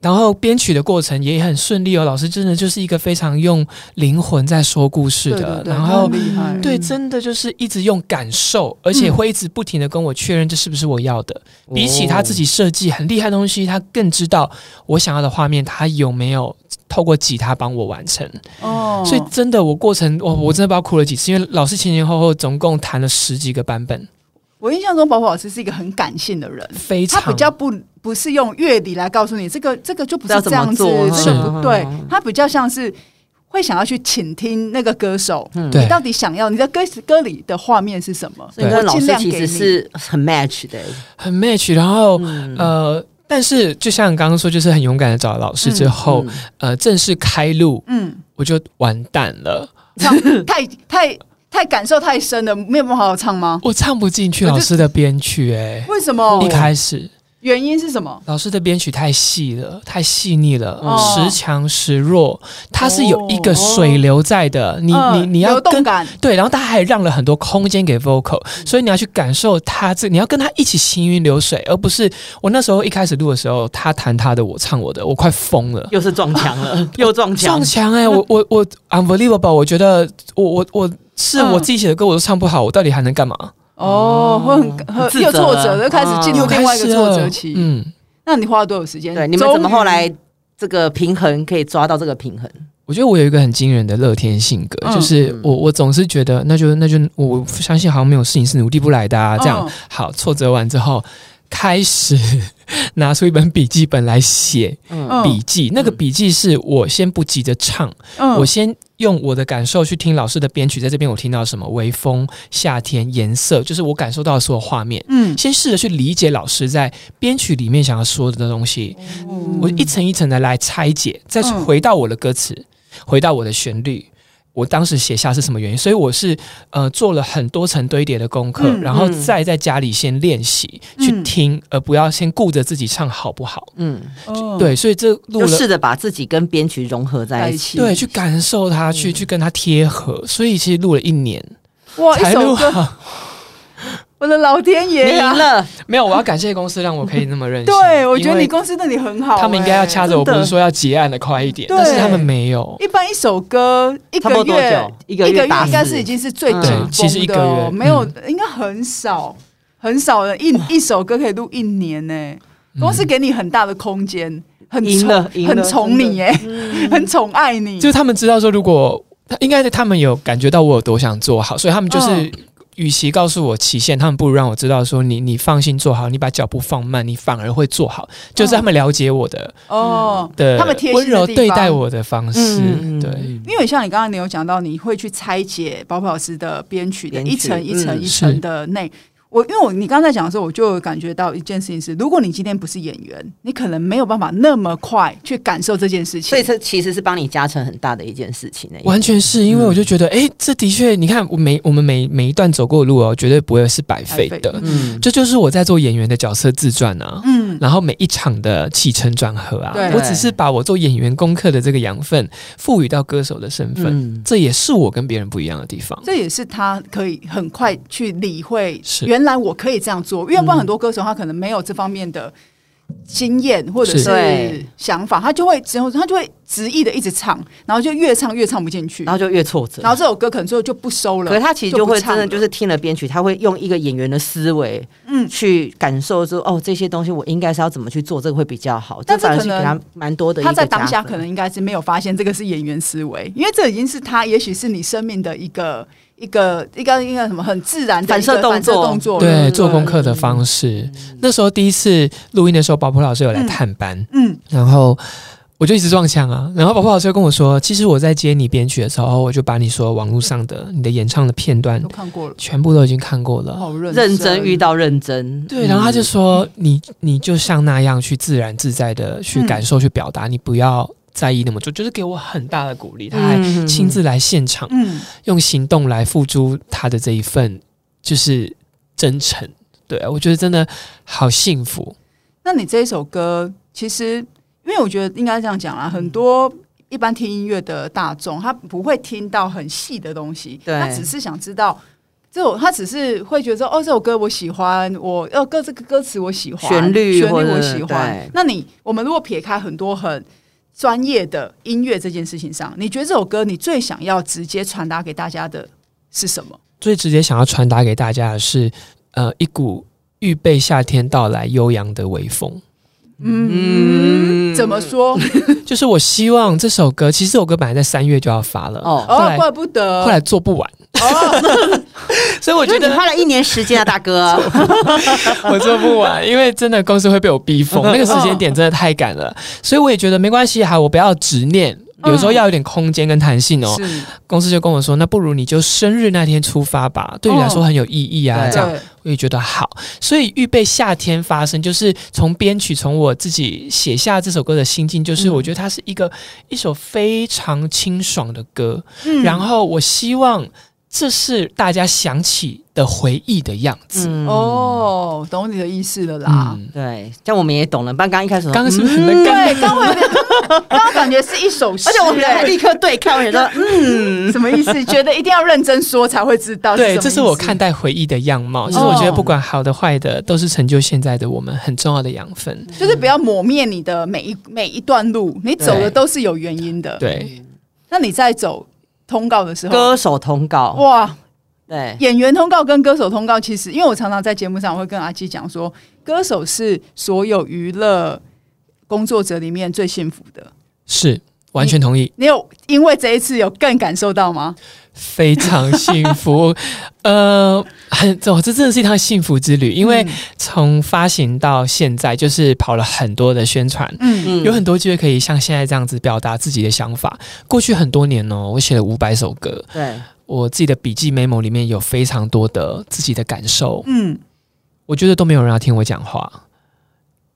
[SPEAKER 3] 然后编曲的过程也很顺利哦，老师真的就是一个非常用灵魂在说故事的，
[SPEAKER 2] 对对对嗯
[SPEAKER 3] 然后
[SPEAKER 2] 他很厉害，
[SPEAKER 3] 对，真的就是一直用感受，而且会一
[SPEAKER 2] 嗯
[SPEAKER 3] 直不停的跟我确认这是不是我要的。 (laughs)
[SPEAKER 2] 哦
[SPEAKER 3] 比起他自
[SPEAKER 1] 哦
[SPEAKER 3] 己设计很厉害的东西，他更知道我想要的画面，他有没有透过吉他帮我完成。
[SPEAKER 2] 哦，
[SPEAKER 3] 所以真的，我过程我我真的不知道哭了几次，因为老师前前后后总共弹了十几个版本，
[SPEAKER 2] 我印象中保普老师是一个很感性的人，
[SPEAKER 3] 非
[SPEAKER 2] 他
[SPEAKER 3] 常
[SPEAKER 2] 比较不不是用乐理来告诉你这个这个就不是这样子，
[SPEAKER 1] 不知道怎么做嗯
[SPEAKER 2] 这个不
[SPEAKER 1] 是
[SPEAKER 2] 对，他比较像是会想要去倾听那个歌手，
[SPEAKER 1] 嗯
[SPEAKER 3] 对
[SPEAKER 2] 你到底想要你的歌歌里的画面是什么？
[SPEAKER 1] 所以跟老
[SPEAKER 2] 我尽
[SPEAKER 1] 师
[SPEAKER 2] 量
[SPEAKER 1] 其实
[SPEAKER 2] 给你
[SPEAKER 1] 是很 match 的、
[SPEAKER 3] 很 match。然后、
[SPEAKER 1] 嗯
[SPEAKER 3] 呃，但是就像刚刚说，就是很勇敢的找老师之后，
[SPEAKER 1] 嗯
[SPEAKER 3] 呃，正式开录
[SPEAKER 1] (coughs)
[SPEAKER 2] 嗯，
[SPEAKER 3] 我就完蛋了，
[SPEAKER 2] 唱太太太感受太深了，没有办法好好唱吗？
[SPEAKER 3] 我唱不进去
[SPEAKER 2] 我就哦
[SPEAKER 3] 老师的编曲、欸，
[SPEAKER 2] 为什么
[SPEAKER 3] 一？开始
[SPEAKER 2] 原因是什么？
[SPEAKER 3] 老师的编曲太细了，太细腻了，
[SPEAKER 2] 哦
[SPEAKER 3] 时强时弱，它是有一个水流在的，你
[SPEAKER 2] 嗯
[SPEAKER 3] 你你要
[SPEAKER 2] 流动
[SPEAKER 3] 跟
[SPEAKER 2] 感，
[SPEAKER 3] 对，然后他还让了很多空间给 vocal，所以你要去感受他这，你要跟他一起行云流水，而不是我那时候一开始录的时候，他弹他的，我唱我的，我快疯了。
[SPEAKER 1] 又是撞墙
[SPEAKER 3] (laughs)
[SPEAKER 1] 了，又撞墙
[SPEAKER 3] 撞，墙哎、我我我 unbelievable，我觉得我我我是
[SPEAKER 2] 嗯
[SPEAKER 3] 我自己写的歌我都唱不好，我到底还能干嘛？
[SPEAKER 2] 哦，会很
[SPEAKER 1] 很自
[SPEAKER 2] 很又挫
[SPEAKER 1] 责啊哦
[SPEAKER 2] 折，又开始进入
[SPEAKER 3] 又
[SPEAKER 2] 另
[SPEAKER 3] 开
[SPEAKER 2] 外一
[SPEAKER 3] 始
[SPEAKER 2] 个挫折
[SPEAKER 3] 了
[SPEAKER 2] 期。
[SPEAKER 3] 嗯，
[SPEAKER 2] 那你花了多少时间？
[SPEAKER 1] 对，你们怎么
[SPEAKER 2] 终于
[SPEAKER 1] 后来这个平衡可以抓到这个平衡？
[SPEAKER 3] 我觉得我有一个很惊人的乐天性格，
[SPEAKER 2] 嗯
[SPEAKER 3] 就是我我总是觉得那就那就我相信好像没有事情是努力不来的啊。这样、
[SPEAKER 2] 嗯
[SPEAKER 3] 好，挫折完之后开始 (laughs) 拿出一本笔记本来写
[SPEAKER 1] 嗯
[SPEAKER 2] 嗯
[SPEAKER 3] 笔记，那个笔记是我先不急着唱，
[SPEAKER 2] 嗯
[SPEAKER 3] 我先用我的感受去听老师的编曲，在这边我听到什么微风、夏天、颜色，就是我感受到的所有画面。
[SPEAKER 2] 嗯
[SPEAKER 3] 先试着去理解老师在编曲里面想要说的东西，
[SPEAKER 2] 哦
[SPEAKER 3] 我一层一层的来拆解，再
[SPEAKER 2] 嗯
[SPEAKER 3] 回到我的歌词，回到我的旋律，我当时写下是什么原因，所以我是呃做了很多层堆叠的功课，
[SPEAKER 2] 嗯
[SPEAKER 3] 然后
[SPEAKER 1] 嗯
[SPEAKER 3] 再在家里先练习、去
[SPEAKER 2] 嗯
[SPEAKER 3] 听，而不要先顾着自己唱好不好。
[SPEAKER 1] 嗯，
[SPEAKER 2] 哦
[SPEAKER 3] 对，所以这
[SPEAKER 1] 就
[SPEAKER 3] 录了。
[SPEAKER 1] 试着把自己跟编曲融合在一起。
[SPEAKER 3] 对，去感受它，
[SPEAKER 2] 嗯
[SPEAKER 3] 去去跟它贴合，所以其实录了一年
[SPEAKER 2] 哇，一
[SPEAKER 3] 才
[SPEAKER 2] 首
[SPEAKER 3] 录
[SPEAKER 2] 歌，
[SPEAKER 3] 好。
[SPEAKER 2] (laughs) 我的老天
[SPEAKER 1] 你
[SPEAKER 2] 爷
[SPEAKER 1] 赢
[SPEAKER 2] 啊！
[SPEAKER 1] 了，
[SPEAKER 3] 没有，我要感谢公司让我可以那么任性。
[SPEAKER 2] (laughs) 对，我觉
[SPEAKER 3] 因
[SPEAKER 2] 得
[SPEAKER 3] 为
[SPEAKER 2] 你公司那里很好欸、
[SPEAKER 3] 他们应该要掐着我，不
[SPEAKER 1] 真的
[SPEAKER 3] 是说要结案的快一点，
[SPEAKER 2] 对
[SPEAKER 3] 但是他们没有。
[SPEAKER 2] 一般一首歌一
[SPEAKER 1] 差不
[SPEAKER 2] 个
[SPEAKER 1] 多多
[SPEAKER 2] 月
[SPEAKER 1] 久，？一个
[SPEAKER 2] 一个
[SPEAKER 1] 月
[SPEAKER 2] 月
[SPEAKER 1] 打
[SPEAKER 2] 应该是
[SPEAKER 1] 死
[SPEAKER 2] 已经是最紧
[SPEAKER 1] 嗯
[SPEAKER 2] 绷的、
[SPEAKER 1] 对
[SPEAKER 2] 哦
[SPEAKER 3] 其实一个月
[SPEAKER 2] 没有，
[SPEAKER 3] 嗯
[SPEAKER 2] 应该很少很少人一一首歌可以录一年呢、
[SPEAKER 3] 嗯
[SPEAKER 2] 公司给你很大的空间，很
[SPEAKER 1] 赢
[SPEAKER 2] 宠欸
[SPEAKER 1] 了赢了嗯
[SPEAKER 2] 很宠你耶、很宠爱你嗯
[SPEAKER 3] 就。是他们知道说，如果他应该是他们有感觉到我有多想做好，所以他们就是
[SPEAKER 2] 嗯，
[SPEAKER 3] 与其告诉我期限，他们不如让我知道说你你放心做好，你把脚步放慢，你反而会做好，就是他们了解我的
[SPEAKER 2] 哦，
[SPEAKER 3] 的
[SPEAKER 2] 他们贴心的
[SPEAKER 3] 温柔
[SPEAKER 2] 地
[SPEAKER 3] 对待
[SPEAKER 2] 方
[SPEAKER 3] 我的方
[SPEAKER 1] 嗯嗯
[SPEAKER 3] 式，
[SPEAKER 1] 嗯
[SPEAKER 3] 对。
[SPEAKER 2] 因为像你刚刚你有讲到，你会去拆解包普老师的编曲的
[SPEAKER 1] 编曲
[SPEAKER 2] 一层一层
[SPEAKER 1] 嗯
[SPEAKER 2] 一层的内。我因为我你刚才讲的时候，我就有感觉到一件事情是，如果你今天不是演员，你可能没有办法那么快去感受这件事情。
[SPEAKER 1] 所以这其实是帮你加成很大的一件事情呢、
[SPEAKER 3] 完全是因为我就
[SPEAKER 2] 嗯
[SPEAKER 3] 觉得，哎、这的确，你看，我每我们每每一段走过的路哦，绝对不会是白费
[SPEAKER 2] 白费
[SPEAKER 3] 的。
[SPEAKER 1] 嗯，
[SPEAKER 3] 这就是我在做演员的角色自传啊，
[SPEAKER 2] 嗯，
[SPEAKER 3] 然后每一场的起承转合啊
[SPEAKER 2] 对，
[SPEAKER 3] 我只是把我做演员功课的这个养分赋予到歌手的身份，
[SPEAKER 1] 嗯，
[SPEAKER 3] 这也是我跟别人不一样的地方。
[SPEAKER 2] 这也是他可以很快去理会，
[SPEAKER 3] 是
[SPEAKER 2] 原来我可以这样做。
[SPEAKER 1] 嗯
[SPEAKER 2] 因为不然很多歌手他可能没有这方面的经验或者
[SPEAKER 3] 是
[SPEAKER 2] 是
[SPEAKER 1] 对
[SPEAKER 2] 想法，他就会之后他就会执意的一直唱，然后就越唱越唱不进去，
[SPEAKER 1] 然后就越挫折
[SPEAKER 2] 然。后这首歌可能最后就不收了。
[SPEAKER 1] 可是他其实就
[SPEAKER 2] 不
[SPEAKER 1] 会
[SPEAKER 2] 唱
[SPEAKER 1] 真的就
[SPEAKER 2] 了
[SPEAKER 1] 是听了编曲，他会用一个演员的思维，
[SPEAKER 2] 嗯
[SPEAKER 1] 嗯，去感受说哦，这些东西我应该是要怎么去做，这个会比较好。
[SPEAKER 2] 但
[SPEAKER 1] 这反而
[SPEAKER 2] 是可
[SPEAKER 1] 是给
[SPEAKER 2] 能
[SPEAKER 1] 他蛮多的一个
[SPEAKER 2] 他在
[SPEAKER 1] 加
[SPEAKER 2] 当下
[SPEAKER 1] 分
[SPEAKER 2] 可能应该是没有发现这个是演员思维，因为这已经是他，也许是你生命的一个一个一个一个什么很自然的
[SPEAKER 1] 反射
[SPEAKER 2] 一个
[SPEAKER 1] 动作
[SPEAKER 2] 动作了
[SPEAKER 3] 对，做功课的方式。那时候第一次录音的时候，宝普老师有来探班，
[SPEAKER 2] 嗯，
[SPEAKER 3] 然后我就一直撞墙啊。然后宝宝老师就跟我说，其实我在接你编曲的时候，我就把你所有网络上的你的演唱的片段
[SPEAKER 2] 都看过了，
[SPEAKER 3] 全部都已经看过了。
[SPEAKER 2] 好认
[SPEAKER 1] 认真遇到认真，
[SPEAKER 3] 对，然后他就
[SPEAKER 1] 嗯
[SPEAKER 3] 说，你你就像那样去自然自在的去
[SPEAKER 1] 嗯
[SPEAKER 3] 感受、去表达，你不要在意那么多，就是给我很大的鼓励。他还
[SPEAKER 1] 嗯
[SPEAKER 3] 亲自来现场，
[SPEAKER 2] 嗯，
[SPEAKER 3] 用行动来付诸他的这一份就是真诚。对我觉得真的好幸福。
[SPEAKER 2] 那你这一首歌，其实因为我觉得应该这样
[SPEAKER 1] 嗯
[SPEAKER 2] 讲啦，很多。一般听音乐的大众，他不会听到很细的东西，
[SPEAKER 1] 对
[SPEAKER 2] 他只是想知道这首，他只是会觉得说，哦，这首歌我喜欢，我呃歌这个歌词我喜欢，
[SPEAKER 1] 旋律
[SPEAKER 2] 旋
[SPEAKER 1] 或
[SPEAKER 2] 律
[SPEAKER 1] 者
[SPEAKER 2] 我喜欢
[SPEAKER 1] 对。
[SPEAKER 2] 那你我们如果撇开很多很专业的音乐这件事情上，你觉得这首歌你最想要直接传达给大家的是什么？
[SPEAKER 3] 最直接想要传达给大家的是，呃，一股预备夏天到来悠扬的微风。
[SPEAKER 2] 嗯，怎么说？
[SPEAKER 3] 就是我希望这首歌，其实这首歌本来在三月就要发了，
[SPEAKER 1] 哦
[SPEAKER 3] 后
[SPEAKER 2] 哦，
[SPEAKER 3] 来
[SPEAKER 2] 怪不得，
[SPEAKER 3] 后来做不完， (laughs) 所以我
[SPEAKER 1] 我
[SPEAKER 3] 觉
[SPEAKER 1] 觉得
[SPEAKER 3] 得
[SPEAKER 1] 花了一年时间啊，大
[SPEAKER 3] (laughs)
[SPEAKER 1] 哥，
[SPEAKER 3] 我做不完，因为真的公司会被我逼疯，那个时间点真的太赶了，所以我也觉得没关系，哈，我不要执念。有时候要有点空间跟弹性哦。
[SPEAKER 2] 是
[SPEAKER 3] 公司就跟我说，那不如你就生日那天出发吧，对你来说很有意义啊。
[SPEAKER 2] 嗯
[SPEAKER 1] 对
[SPEAKER 3] 这样我也觉得好，所以预备夏天发生，就是从编曲，从我自己写下这首歌的心境，就是
[SPEAKER 1] 嗯
[SPEAKER 3] 我觉得它是一个一首非常清爽的歌，
[SPEAKER 2] 嗯
[SPEAKER 3] 然后我希望这是大家想起的回忆的样子。
[SPEAKER 1] 嗯，
[SPEAKER 2] 哦，懂你的意思了啦。
[SPEAKER 3] 嗯，
[SPEAKER 1] 对，这样我们也懂了。不然刚刚一开始说，
[SPEAKER 3] 刚刚是不是
[SPEAKER 1] 嗯
[SPEAKER 3] 很尴尬？
[SPEAKER 2] 对，刚刚我有点，刚刚感觉是一首诗，
[SPEAKER 1] 而且我们俩还
[SPEAKER 2] 哎
[SPEAKER 1] 立刻对看，我想说，
[SPEAKER 3] (laughs)
[SPEAKER 1] 嗯，
[SPEAKER 2] 什么意思？觉得一定要认真说才会知道。
[SPEAKER 3] 对，
[SPEAKER 2] 什么
[SPEAKER 3] 这是我
[SPEAKER 2] 意思
[SPEAKER 3] 看待回忆的样貌。其实我觉得不管好的坏的，都是成就现在的我们很重要的养分。
[SPEAKER 2] 就是不要抹灭你的每一每一段路，你走的
[SPEAKER 3] 对
[SPEAKER 2] 都是有原因的。，
[SPEAKER 3] 对，
[SPEAKER 2] 那你在走通告的时
[SPEAKER 1] 嗯
[SPEAKER 2] 候，
[SPEAKER 1] 歌手通告，
[SPEAKER 2] 哇，
[SPEAKER 1] 对，
[SPEAKER 2] 演员通告跟歌手通告，其实因为我常常在节目上我会跟阿基讲说，歌手是所有娱乐工作者里面最幸福的。
[SPEAKER 3] 是完全同意。
[SPEAKER 2] 你有因为这一次有更感受到吗？
[SPEAKER 3] 非常幸福，呃，很，这这真的是一趟幸福之旅，因为从发行到现在，就是跑了很多的宣传。
[SPEAKER 2] 嗯，
[SPEAKER 1] 嗯
[SPEAKER 3] 有很多机会可以像现在这样子表达自己的想法。过去很多年哦，我写了五百首歌，
[SPEAKER 1] 对，
[SPEAKER 3] 我自己的笔记 memo 里面有非常多的自己的感受，
[SPEAKER 2] 嗯，
[SPEAKER 3] 我觉得都没有人要听我讲话，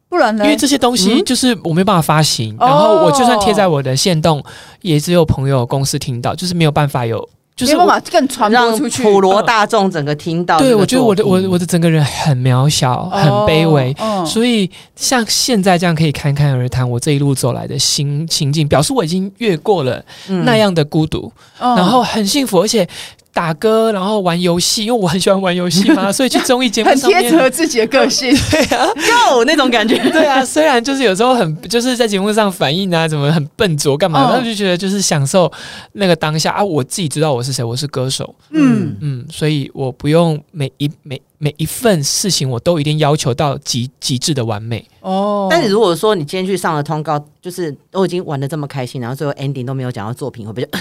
[SPEAKER 2] 不然
[SPEAKER 3] 因
[SPEAKER 2] 呢？
[SPEAKER 3] 为这些东西
[SPEAKER 1] 嗯
[SPEAKER 3] 就是我没有办法发行，
[SPEAKER 2] 哦
[SPEAKER 3] 然后我就算贴在我的线动，也只有朋友、公司听到，就是没有办法有，就是
[SPEAKER 2] 没
[SPEAKER 3] 我
[SPEAKER 2] 办法更传播
[SPEAKER 1] 让
[SPEAKER 2] 出去。
[SPEAKER 1] 普罗大众整个听到这个
[SPEAKER 3] 嗯对，
[SPEAKER 1] 作品。
[SPEAKER 3] 我觉得我的
[SPEAKER 2] 嗯
[SPEAKER 3] 我我的整个人很渺小，很卑微。
[SPEAKER 2] 哦嗯
[SPEAKER 3] 所以像现在这样可以侃侃而谈，我这一路走来的心情境，表示我已经越过了
[SPEAKER 1] 嗯
[SPEAKER 3] 那样的孤独，
[SPEAKER 2] 嗯
[SPEAKER 3] 然后很幸福，而且打歌，然后玩游戏，因为我很喜欢玩游戏
[SPEAKER 2] (laughs)
[SPEAKER 3] 嘛，所以去综艺节目
[SPEAKER 2] 很
[SPEAKER 3] 上
[SPEAKER 2] 贴
[SPEAKER 3] 面，
[SPEAKER 2] 合自己的
[SPEAKER 1] (laughs)
[SPEAKER 2] 个性。
[SPEAKER 1] go 哦那种感觉，
[SPEAKER 3] (laughs) 对啊，虽然就是有时候很就是在节目上反应啊，怎么很笨拙干
[SPEAKER 1] 哦
[SPEAKER 3] 嘛，
[SPEAKER 2] 嗯
[SPEAKER 3] 他们就觉得就是享受那个当下啊，我自己知道我是谁，我是歌手，
[SPEAKER 2] 嗯，
[SPEAKER 3] 嗯，所以我不用每一每每一份事情，我都一定要求到极极致的完美。
[SPEAKER 2] 哦，
[SPEAKER 1] 但是如果说你今天去上了通告，就是都已经玩的这么开心，然后最后 ending 都没有讲到作品，会不会就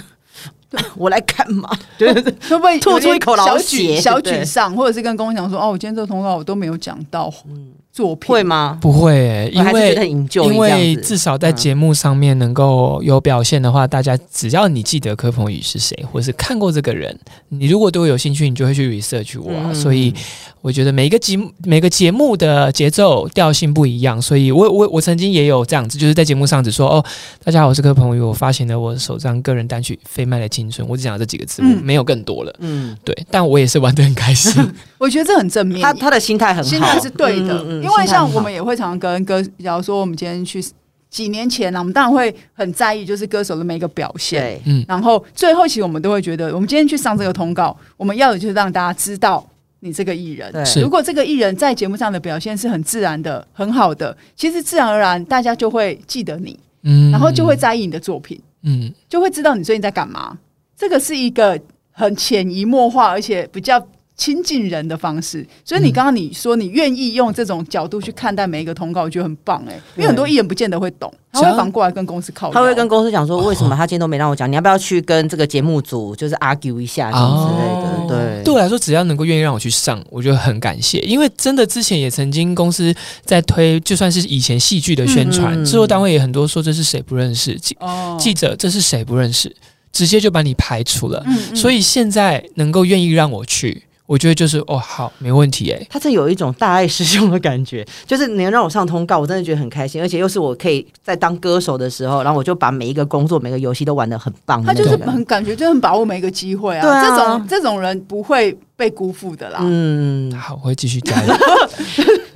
[SPEAKER 2] (laughs)
[SPEAKER 1] 我来干嘛？
[SPEAKER 2] 会不会有
[SPEAKER 1] 吐出
[SPEAKER 2] 点
[SPEAKER 1] 一口老
[SPEAKER 2] 小
[SPEAKER 1] 血
[SPEAKER 2] 沮小
[SPEAKER 1] 对
[SPEAKER 2] 沮丧，或者是跟公司讲说，哦，我今天这个通告我都没有讲到
[SPEAKER 1] 嗯
[SPEAKER 2] 作品，
[SPEAKER 1] 会吗？
[SPEAKER 3] 不会欸、
[SPEAKER 1] 我
[SPEAKER 3] 因
[SPEAKER 1] 还是觉得
[SPEAKER 3] 为
[SPEAKER 1] 很营救，
[SPEAKER 3] 因为至
[SPEAKER 1] 自
[SPEAKER 3] 少
[SPEAKER 2] 嗯
[SPEAKER 3] 在节目上面能够有表现的话，大家只要你记得柯鹏宇是谁，或是看过这个人，你如果对我有兴趣，你就会去 research 我啊。
[SPEAKER 2] 嗯
[SPEAKER 3] 所以我觉得每一个节目每个节目的节奏调性不一样，所以我我我曾经也有这样子，就是在节目上只说哦，大家好，我是柯鹏宇，我发行了我首张个人单曲《飞麦的青春》，我只讲了这几个字，
[SPEAKER 2] 嗯
[SPEAKER 3] 我没有更多了。
[SPEAKER 1] 嗯，
[SPEAKER 3] 对，但我也是玩的很开
[SPEAKER 2] (laughs)
[SPEAKER 3] 心。
[SPEAKER 2] 我觉得这很正面。
[SPEAKER 1] 他他的心态很好，
[SPEAKER 2] 嗯心态是对的，
[SPEAKER 1] 嗯嗯嗯
[SPEAKER 2] 因为
[SPEAKER 1] 心态
[SPEAKER 2] 像
[SPEAKER 1] 很
[SPEAKER 2] 我
[SPEAKER 1] 好
[SPEAKER 2] 们也会常常跟歌，假如说我们今天去几年前呢、我们当然会很在意就是歌手的每一个表现，
[SPEAKER 1] 对，
[SPEAKER 3] 嗯，
[SPEAKER 2] 然后最后其实我们都会觉得，我们今天去上这个通告，我们要的就是让大家知道你这个艺人。
[SPEAKER 1] 对
[SPEAKER 3] 是
[SPEAKER 2] 如果这个艺人在节目上的表现是很自然的、很好的，其实自然而然大家就会记得你，
[SPEAKER 3] 嗯，
[SPEAKER 2] 然后就会在意你的作品，
[SPEAKER 3] 嗯
[SPEAKER 2] 就会知道你最近在干嘛。这个是一个很潜移默化，而且比较亲近人的方式。所以你刚刚你说你愿意用这种角度去看待每一个通告，我觉得很棒哎、因为很多艺人不见得会懂，他
[SPEAKER 3] 想
[SPEAKER 2] 会
[SPEAKER 3] 要
[SPEAKER 2] 反过来跟公司靠，
[SPEAKER 1] 嗯他会跟。公司讲说，为什么他今天都没让我讲？你要不要去跟这个节目组就是 argue 一下什么之类的？对，
[SPEAKER 3] 对我来说，只要能够愿意让我去上，我就很感谢。因为真的之前也曾经公司在推，就算是以前戏剧的宣传，
[SPEAKER 1] 嗯嗯
[SPEAKER 3] 制作单位也很多说这是谁不认识，记
[SPEAKER 2] 哦
[SPEAKER 3] 记者这是谁不认识，直接就把你排除了。
[SPEAKER 2] 嗯
[SPEAKER 1] 啊
[SPEAKER 2] 嗯
[SPEAKER 3] 所以现在能够愿意让我去，我觉得就是哦，好，没问题诶。
[SPEAKER 1] 他这有一种大爱师兄的感觉， (laughs) 就是能让我上通告，我真的觉得很开心，而且又是我可以在当歌手的时候，然后我就把每一个工作、每个游戏都玩得很棒的
[SPEAKER 2] 他
[SPEAKER 1] 那种
[SPEAKER 2] 就
[SPEAKER 1] 人。
[SPEAKER 2] 是很感觉，就很把握每一个机会啊。
[SPEAKER 1] 对啊
[SPEAKER 2] 这种这种人不会被辜负的啦。
[SPEAKER 1] 嗯，
[SPEAKER 3] 好，我会继续加
[SPEAKER 2] (laughs)
[SPEAKER 3] 油。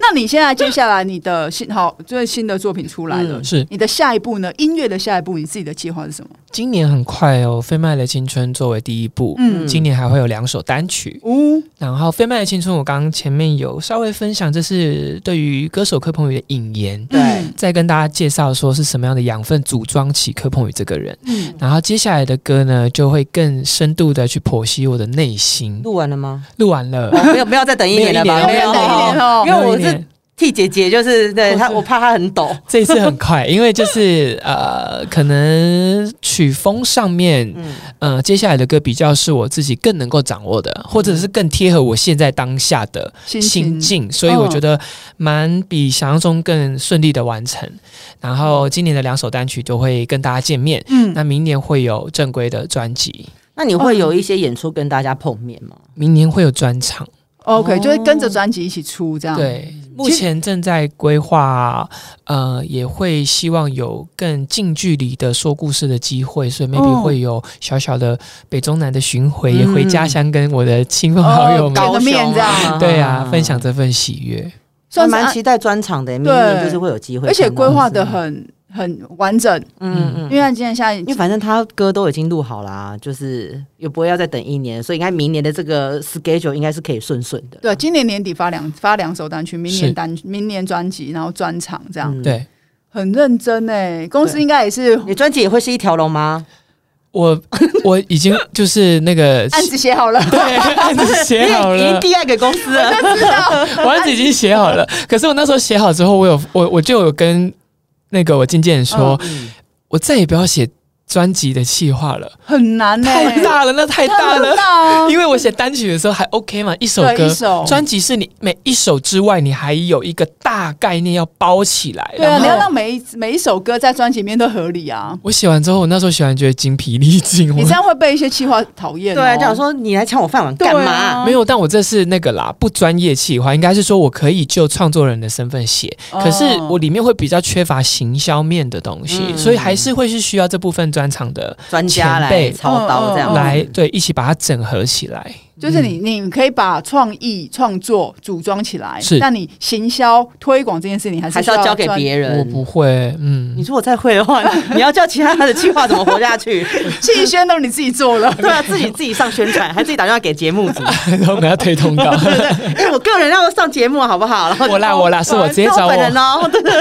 [SPEAKER 2] 那你现在接下来你的新好最新的作品出来了，
[SPEAKER 1] 嗯
[SPEAKER 3] 是
[SPEAKER 2] 你的下一步呢？音乐的下一步，你自己的计划是什么？
[SPEAKER 3] 今年很快哦，《飞麦的青春》作为第一部，
[SPEAKER 2] 嗯
[SPEAKER 3] 今年还会有两首单曲，
[SPEAKER 2] 哦，
[SPEAKER 3] 然后《飞麦的青春》，我刚刚前面有稍微分享，这是对于歌手柯鹏宇的引言，
[SPEAKER 1] 对
[SPEAKER 2] 嗯
[SPEAKER 3] 再跟大家介绍说是什么样的养分组装起柯鹏宇这个人。
[SPEAKER 2] 嗯，
[SPEAKER 3] 然后接下来的歌呢，就会更深度的去剖析我的内心。
[SPEAKER 1] 录完了吗？
[SPEAKER 3] 录完了，
[SPEAKER 1] 哦没有，没有再等一年了吧？
[SPEAKER 3] 没有一年
[SPEAKER 2] 等一年哦
[SPEAKER 1] 因为我
[SPEAKER 3] 没有一年
[SPEAKER 1] 是替姐姐，就是对
[SPEAKER 3] 我
[SPEAKER 1] 她，
[SPEAKER 3] 是
[SPEAKER 1] 我怕她很抖。
[SPEAKER 3] 这一次很快，因为就是呃，可能曲风上面，
[SPEAKER 1] 嗯，
[SPEAKER 3] 呃，接下来的歌比较是我自己更能够掌握的，或者是更贴合我现在当下的
[SPEAKER 2] 心
[SPEAKER 3] 心
[SPEAKER 2] 情
[SPEAKER 3] 境，所以我觉得蛮比想象中更顺利的完成。然后今年的两首单曲就会跟大家见面，
[SPEAKER 2] 嗯，
[SPEAKER 3] 那明年会有正规的专辑，
[SPEAKER 1] 那你会有一些演出跟大家碰面吗？
[SPEAKER 3] 明年会有专场。
[SPEAKER 2] OK，、
[SPEAKER 1] 哦
[SPEAKER 2] 就是跟着专辑一起出
[SPEAKER 1] 嗯
[SPEAKER 2] 这样。，
[SPEAKER 3] 对，目前正在规划，呃，也会希望有更近距离的说故事的机会，所以 maybe
[SPEAKER 2] 哦
[SPEAKER 3] 会有小小的北中南的巡回，也
[SPEAKER 1] 嗯
[SPEAKER 3] 回家乡跟我的亲朋好友们，
[SPEAKER 2] 哦
[SPEAKER 1] 高
[SPEAKER 2] 见个面
[SPEAKER 1] 雄
[SPEAKER 2] 这样
[SPEAKER 3] 对啊，分享。这份喜悦。
[SPEAKER 1] 还
[SPEAKER 2] 算是
[SPEAKER 1] 蛮
[SPEAKER 2] 安
[SPEAKER 1] 期待专场的，明
[SPEAKER 2] 对
[SPEAKER 1] 年就是会有机会看
[SPEAKER 2] 而
[SPEAKER 1] 到是
[SPEAKER 2] 且
[SPEAKER 1] 吗，
[SPEAKER 2] 规划的很很完整，
[SPEAKER 1] 嗯，嗯嗯
[SPEAKER 2] 因为今天现在
[SPEAKER 1] 因为反正他歌都已经录好啦，就是也不会要再等一年，所以应该明年的这个 schedule 应该是可以顺顺的。
[SPEAKER 2] 对今年年底发两发两首单曲，明
[SPEAKER 3] 是
[SPEAKER 2] 年单明年专辑，然后专场这样，
[SPEAKER 1] 嗯，
[SPEAKER 3] 对
[SPEAKER 2] 很认真哎。公司
[SPEAKER 1] 对
[SPEAKER 2] 应该也是
[SPEAKER 1] 你专辑也会是一条龙吗？
[SPEAKER 3] 我，我已经就是
[SPEAKER 1] (laughs)
[SPEAKER 3] 那个
[SPEAKER 2] 案子写好了，
[SPEAKER 3] (laughs) 对案子写好
[SPEAKER 1] 因为已经，
[SPEAKER 3] 了
[SPEAKER 1] 递案给公司了。
[SPEAKER 3] (laughs) 我案子已经写好了。可是我那时候写好之后，我有我我就有跟那个我经纪人说，
[SPEAKER 1] 嗯
[SPEAKER 3] 我再也不要写专辑的企划了。
[SPEAKER 2] 很难哎，
[SPEAKER 3] 太大了，那太
[SPEAKER 2] (laughs)
[SPEAKER 3] 大
[SPEAKER 2] 很
[SPEAKER 3] 了。
[SPEAKER 2] 大啊，
[SPEAKER 3] 因为我写单曲的时候还 OK 嘛，一首
[SPEAKER 2] 对
[SPEAKER 3] 歌
[SPEAKER 2] 一，首
[SPEAKER 3] 专辑是你每一首之外，你还有一个大概念要包起来。
[SPEAKER 2] 对啊，
[SPEAKER 3] 然
[SPEAKER 2] 你
[SPEAKER 3] 后
[SPEAKER 2] 要让每一每一首歌在专辑里面都合理啊。
[SPEAKER 3] 我写完之后，我那时候写完觉得精疲力尽。
[SPEAKER 2] 你
[SPEAKER 3] 我
[SPEAKER 2] 这样会被一些企划讨厌哦。
[SPEAKER 1] 对啊，就想说你来抢我饭碗干
[SPEAKER 2] 对
[SPEAKER 1] 嘛？
[SPEAKER 2] 啊
[SPEAKER 3] 没有，但我这是那个啦，不专业企划，应该是说我可以就创作人的身份写，
[SPEAKER 2] 哦
[SPEAKER 3] 可是我里面会比较缺乏行销面的东西，
[SPEAKER 1] 嗯
[SPEAKER 3] 所以还是会是需要这部分专场的
[SPEAKER 1] 专家
[SPEAKER 3] 前辈
[SPEAKER 1] 来操刀这样
[SPEAKER 2] 嗯
[SPEAKER 1] 子
[SPEAKER 3] 来对一起把它整合起来。
[SPEAKER 2] 就是你，你可以把创意创作组装起来，
[SPEAKER 3] 嗯是
[SPEAKER 2] 但你行销推广这件事，你还是
[SPEAKER 1] 还是要交给
[SPEAKER 2] 专
[SPEAKER 1] 别
[SPEAKER 3] 我
[SPEAKER 1] 人
[SPEAKER 3] 不。会，嗯
[SPEAKER 1] 你，如果再会
[SPEAKER 3] (laughs)
[SPEAKER 1] 的话，你要叫其他的计划怎么活下去？。
[SPEAKER 2] 气宣都是你自己做了
[SPEAKER 3] (laughs)
[SPEAKER 1] 对啊，自己自己上宣传，还自己打电话给节目组。
[SPEAKER 3] 然后我们要
[SPEAKER 1] (laughs)
[SPEAKER 3] 推通告。
[SPEAKER 1] 哎，我个人要上节目好不好？然后
[SPEAKER 3] 我啦我啦，是我直接
[SPEAKER 1] 这
[SPEAKER 3] 找
[SPEAKER 1] 本人
[SPEAKER 3] 我。
[SPEAKER 1] 哦，对对，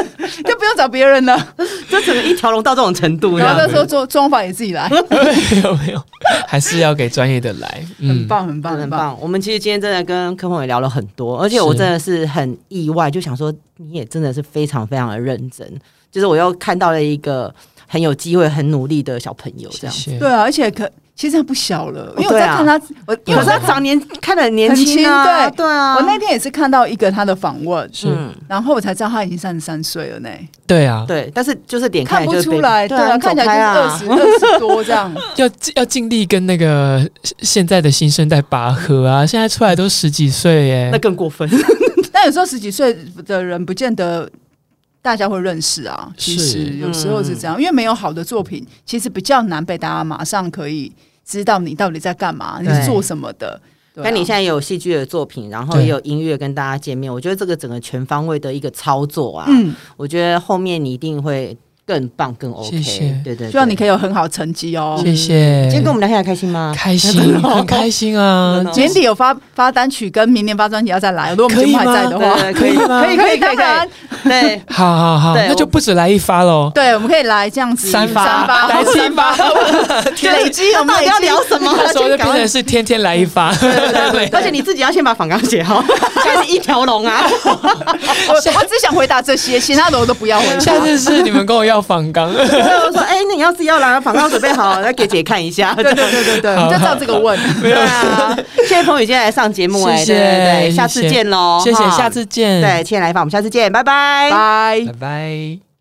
[SPEAKER 2] 就不用找别人
[SPEAKER 3] (laughs)
[SPEAKER 2] 了，
[SPEAKER 1] 就整个一条龙到这种程度，
[SPEAKER 3] 啊
[SPEAKER 1] 这
[SPEAKER 2] 然
[SPEAKER 1] 样
[SPEAKER 2] 后
[SPEAKER 1] 子
[SPEAKER 2] 那时候做妆法也自己来，
[SPEAKER 1] 嗯
[SPEAKER 3] 没有没有，还是要给专业的来。
[SPEAKER 2] 很
[SPEAKER 3] 嗯，
[SPEAKER 2] 棒，很棒，
[SPEAKER 1] 很
[SPEAKER 2] 棒。
[SPEAKER 1] 棒。我们其实今天真的跟柯鹏也聊了很多，而且我
[SPEAKER 3] 是
[SPEAKER 1] 真的是很意外，就想说你也真的是非常非常的认真，就是我又看到了一个很有机会、很努力的小朋友这
[SPEAKER 3] 谢
[SPEAKER 1] 样子。
[SPEAKER 3] 谢。
[SPEAKER 2] 对啊，而且可其实他不小了，因为我
[SPEAKER 1] 对
[SPEAKER 2] 在
[SPEAKER 1] 啊
[SPEAKER 2] 看他，我因为
[SPEAKER 1] 可
[SPEAKER 2] 我
[SPEAKER 1] 是他
[SPEAKER 2] 在
[SPEAKER 1] 长年看得很年轻啊，
[SPEAKER 2] 很轻
[SPEAKER 1] 对啊，
[SPEAKER 2] 我那天也是看到一个他的访问，
[SPEAKER 3] 是、
[SPEAKER 1] 嗯
[SPEAKER 2] 然后我才知道他已经三十三岁了呢，
[SPEAKER 3] 对啊，
[SPEAKER 1] 对，但是就是点
[SPEAKER 2] 看
[SPEAKER 1] 开
[SPEAKER 2] 不
[SPEAKER 1] 就是
[SPEAKER 2] 出
[SPEAKER 1] 被
[SPEAKER 2] 来，
[SPEAKER 1] 对
[SPEAKER 2] 对啊，
[SPEAKER 1] 你
[SPEAKER 2] 看起
[SPEAKER 1] 走开
[SPEAKER 2] 来
[SPEAKER 1] 啊
[SPEAKER 2] 就是二十二十多这样。
[SPEAKER 3] 要要尽力跟那个现在的新生代拔河啊！现在出来都十几岁耶、
[SPEAKER 1] 那更过 (laughs) 分，
[SPEAKER 2] 但有时候十几岁的人不见得大家会认识啊。其
[SPEAKER 3] 是嗯
[SPEAKER 2] 实有时候是这样，因为没有好的作品，其实比较难被大家马上可以知道你到底在干嘛，你是
[SPEAKER 1] 对
[SPEAKER 2] 做什么的。对啊
[SPEAKER 1] 但你现在有戏剧的作品，然后
[SPEAKER 3] 对
[SPEAKER 1] 也有音乐跟大家见面，我觉得这个整个全方位的一个操作啊，
[SPEAKER 2] 嗯，
[SPEAKER 1] 我觉得后面你一定会更棒、更 OK。
[SPEAKER 3] 谢谢
[SPEAKER 1] 对对，
[SPEAKER 2] 希望你可
[SPEAKER 1] 以。
[SPEAKER 2] 以有很好成绩哦。
[SPEAKER 3] 谢谢，
[SPEAKER 1] 今天跟我们聊天还开心吗？
[SPEAKER 3] 开心，很开心啊
[SPEAKER 1] 真的！哦
[SPEAKER 2] 年底有发发单曲，跟明年发专辑要再来。如果我们
[SPEAKER 3] 可
[SPEAKER 2] 节
[SPEAKER 3] 以
[SPEAKER 2] 目还在
[SPEAKER 3] 吗
[SPEAKER 2] 的话，
[SPEAKER 1] 对可以
[SPEAKER 3] 吗
[SPEAKER 2] 啊可以，可
[SPEAKER 1] 可以
[SPEAKER 2] 以，当
[SPEAKER 1] 可以
[SPEAKER 2] 然，
[SPEAKER 1] 对，
[SPEAKER 3] 好好好，
[SPEAKER 1] 对
[SPEAKER 3] 那就不止来一发喽，
[SPEAKER 2] 对，我们可以来这样子
[SPEAKER 3] 三发
[SPEAKER 2] 三发
[SPEAKER 3] 来七发，
[SPEAKER 1] 累积我们到底要聊什么？
[SPEAKER 3] 到时候就
[SPEAKER 1] 先
[SPEAKER 3] 变
[SPEAKER 1] 搞
[SPEAKER 3] 成是天天来一发。
[SPEAKER 1] (laughs) 而且你自己要先把仿纲写好，现在是一条龙啊。
[SPEAKER 2] 我我只想回答这些，其他的我都不要回答。
[SPEAKER 3] (laughs) 下次是你们跟我要仿纲，
[SPEAKER 1] 所以我说，哎，那你要自己要来，仿纲准备好，来给姐看一下。
[SPEAKER 2] 对对对对对，
[SPEAKER 3] 好
[SPEAKER 2] 你就照这个问。
[SPEAKER 1] 对啊，谢谢彭宇今天来上节目，哎，
[SPEAKER 3] 谢
[SPEAKER 1] 对对对，
[SPEAKER 3] 谢，
[SPEAKER 1] 下次见喽，
[SPEAKER 3] 谢谢，
[SPEAKER 1] 哈
[SPEAKER 3] 下次见，
[SPEAKER 1] 对，，谢谢来访，我们下次见，拜拜，
[SPEAKER 2] 拜。
[SPEAKER 3] 拜拜。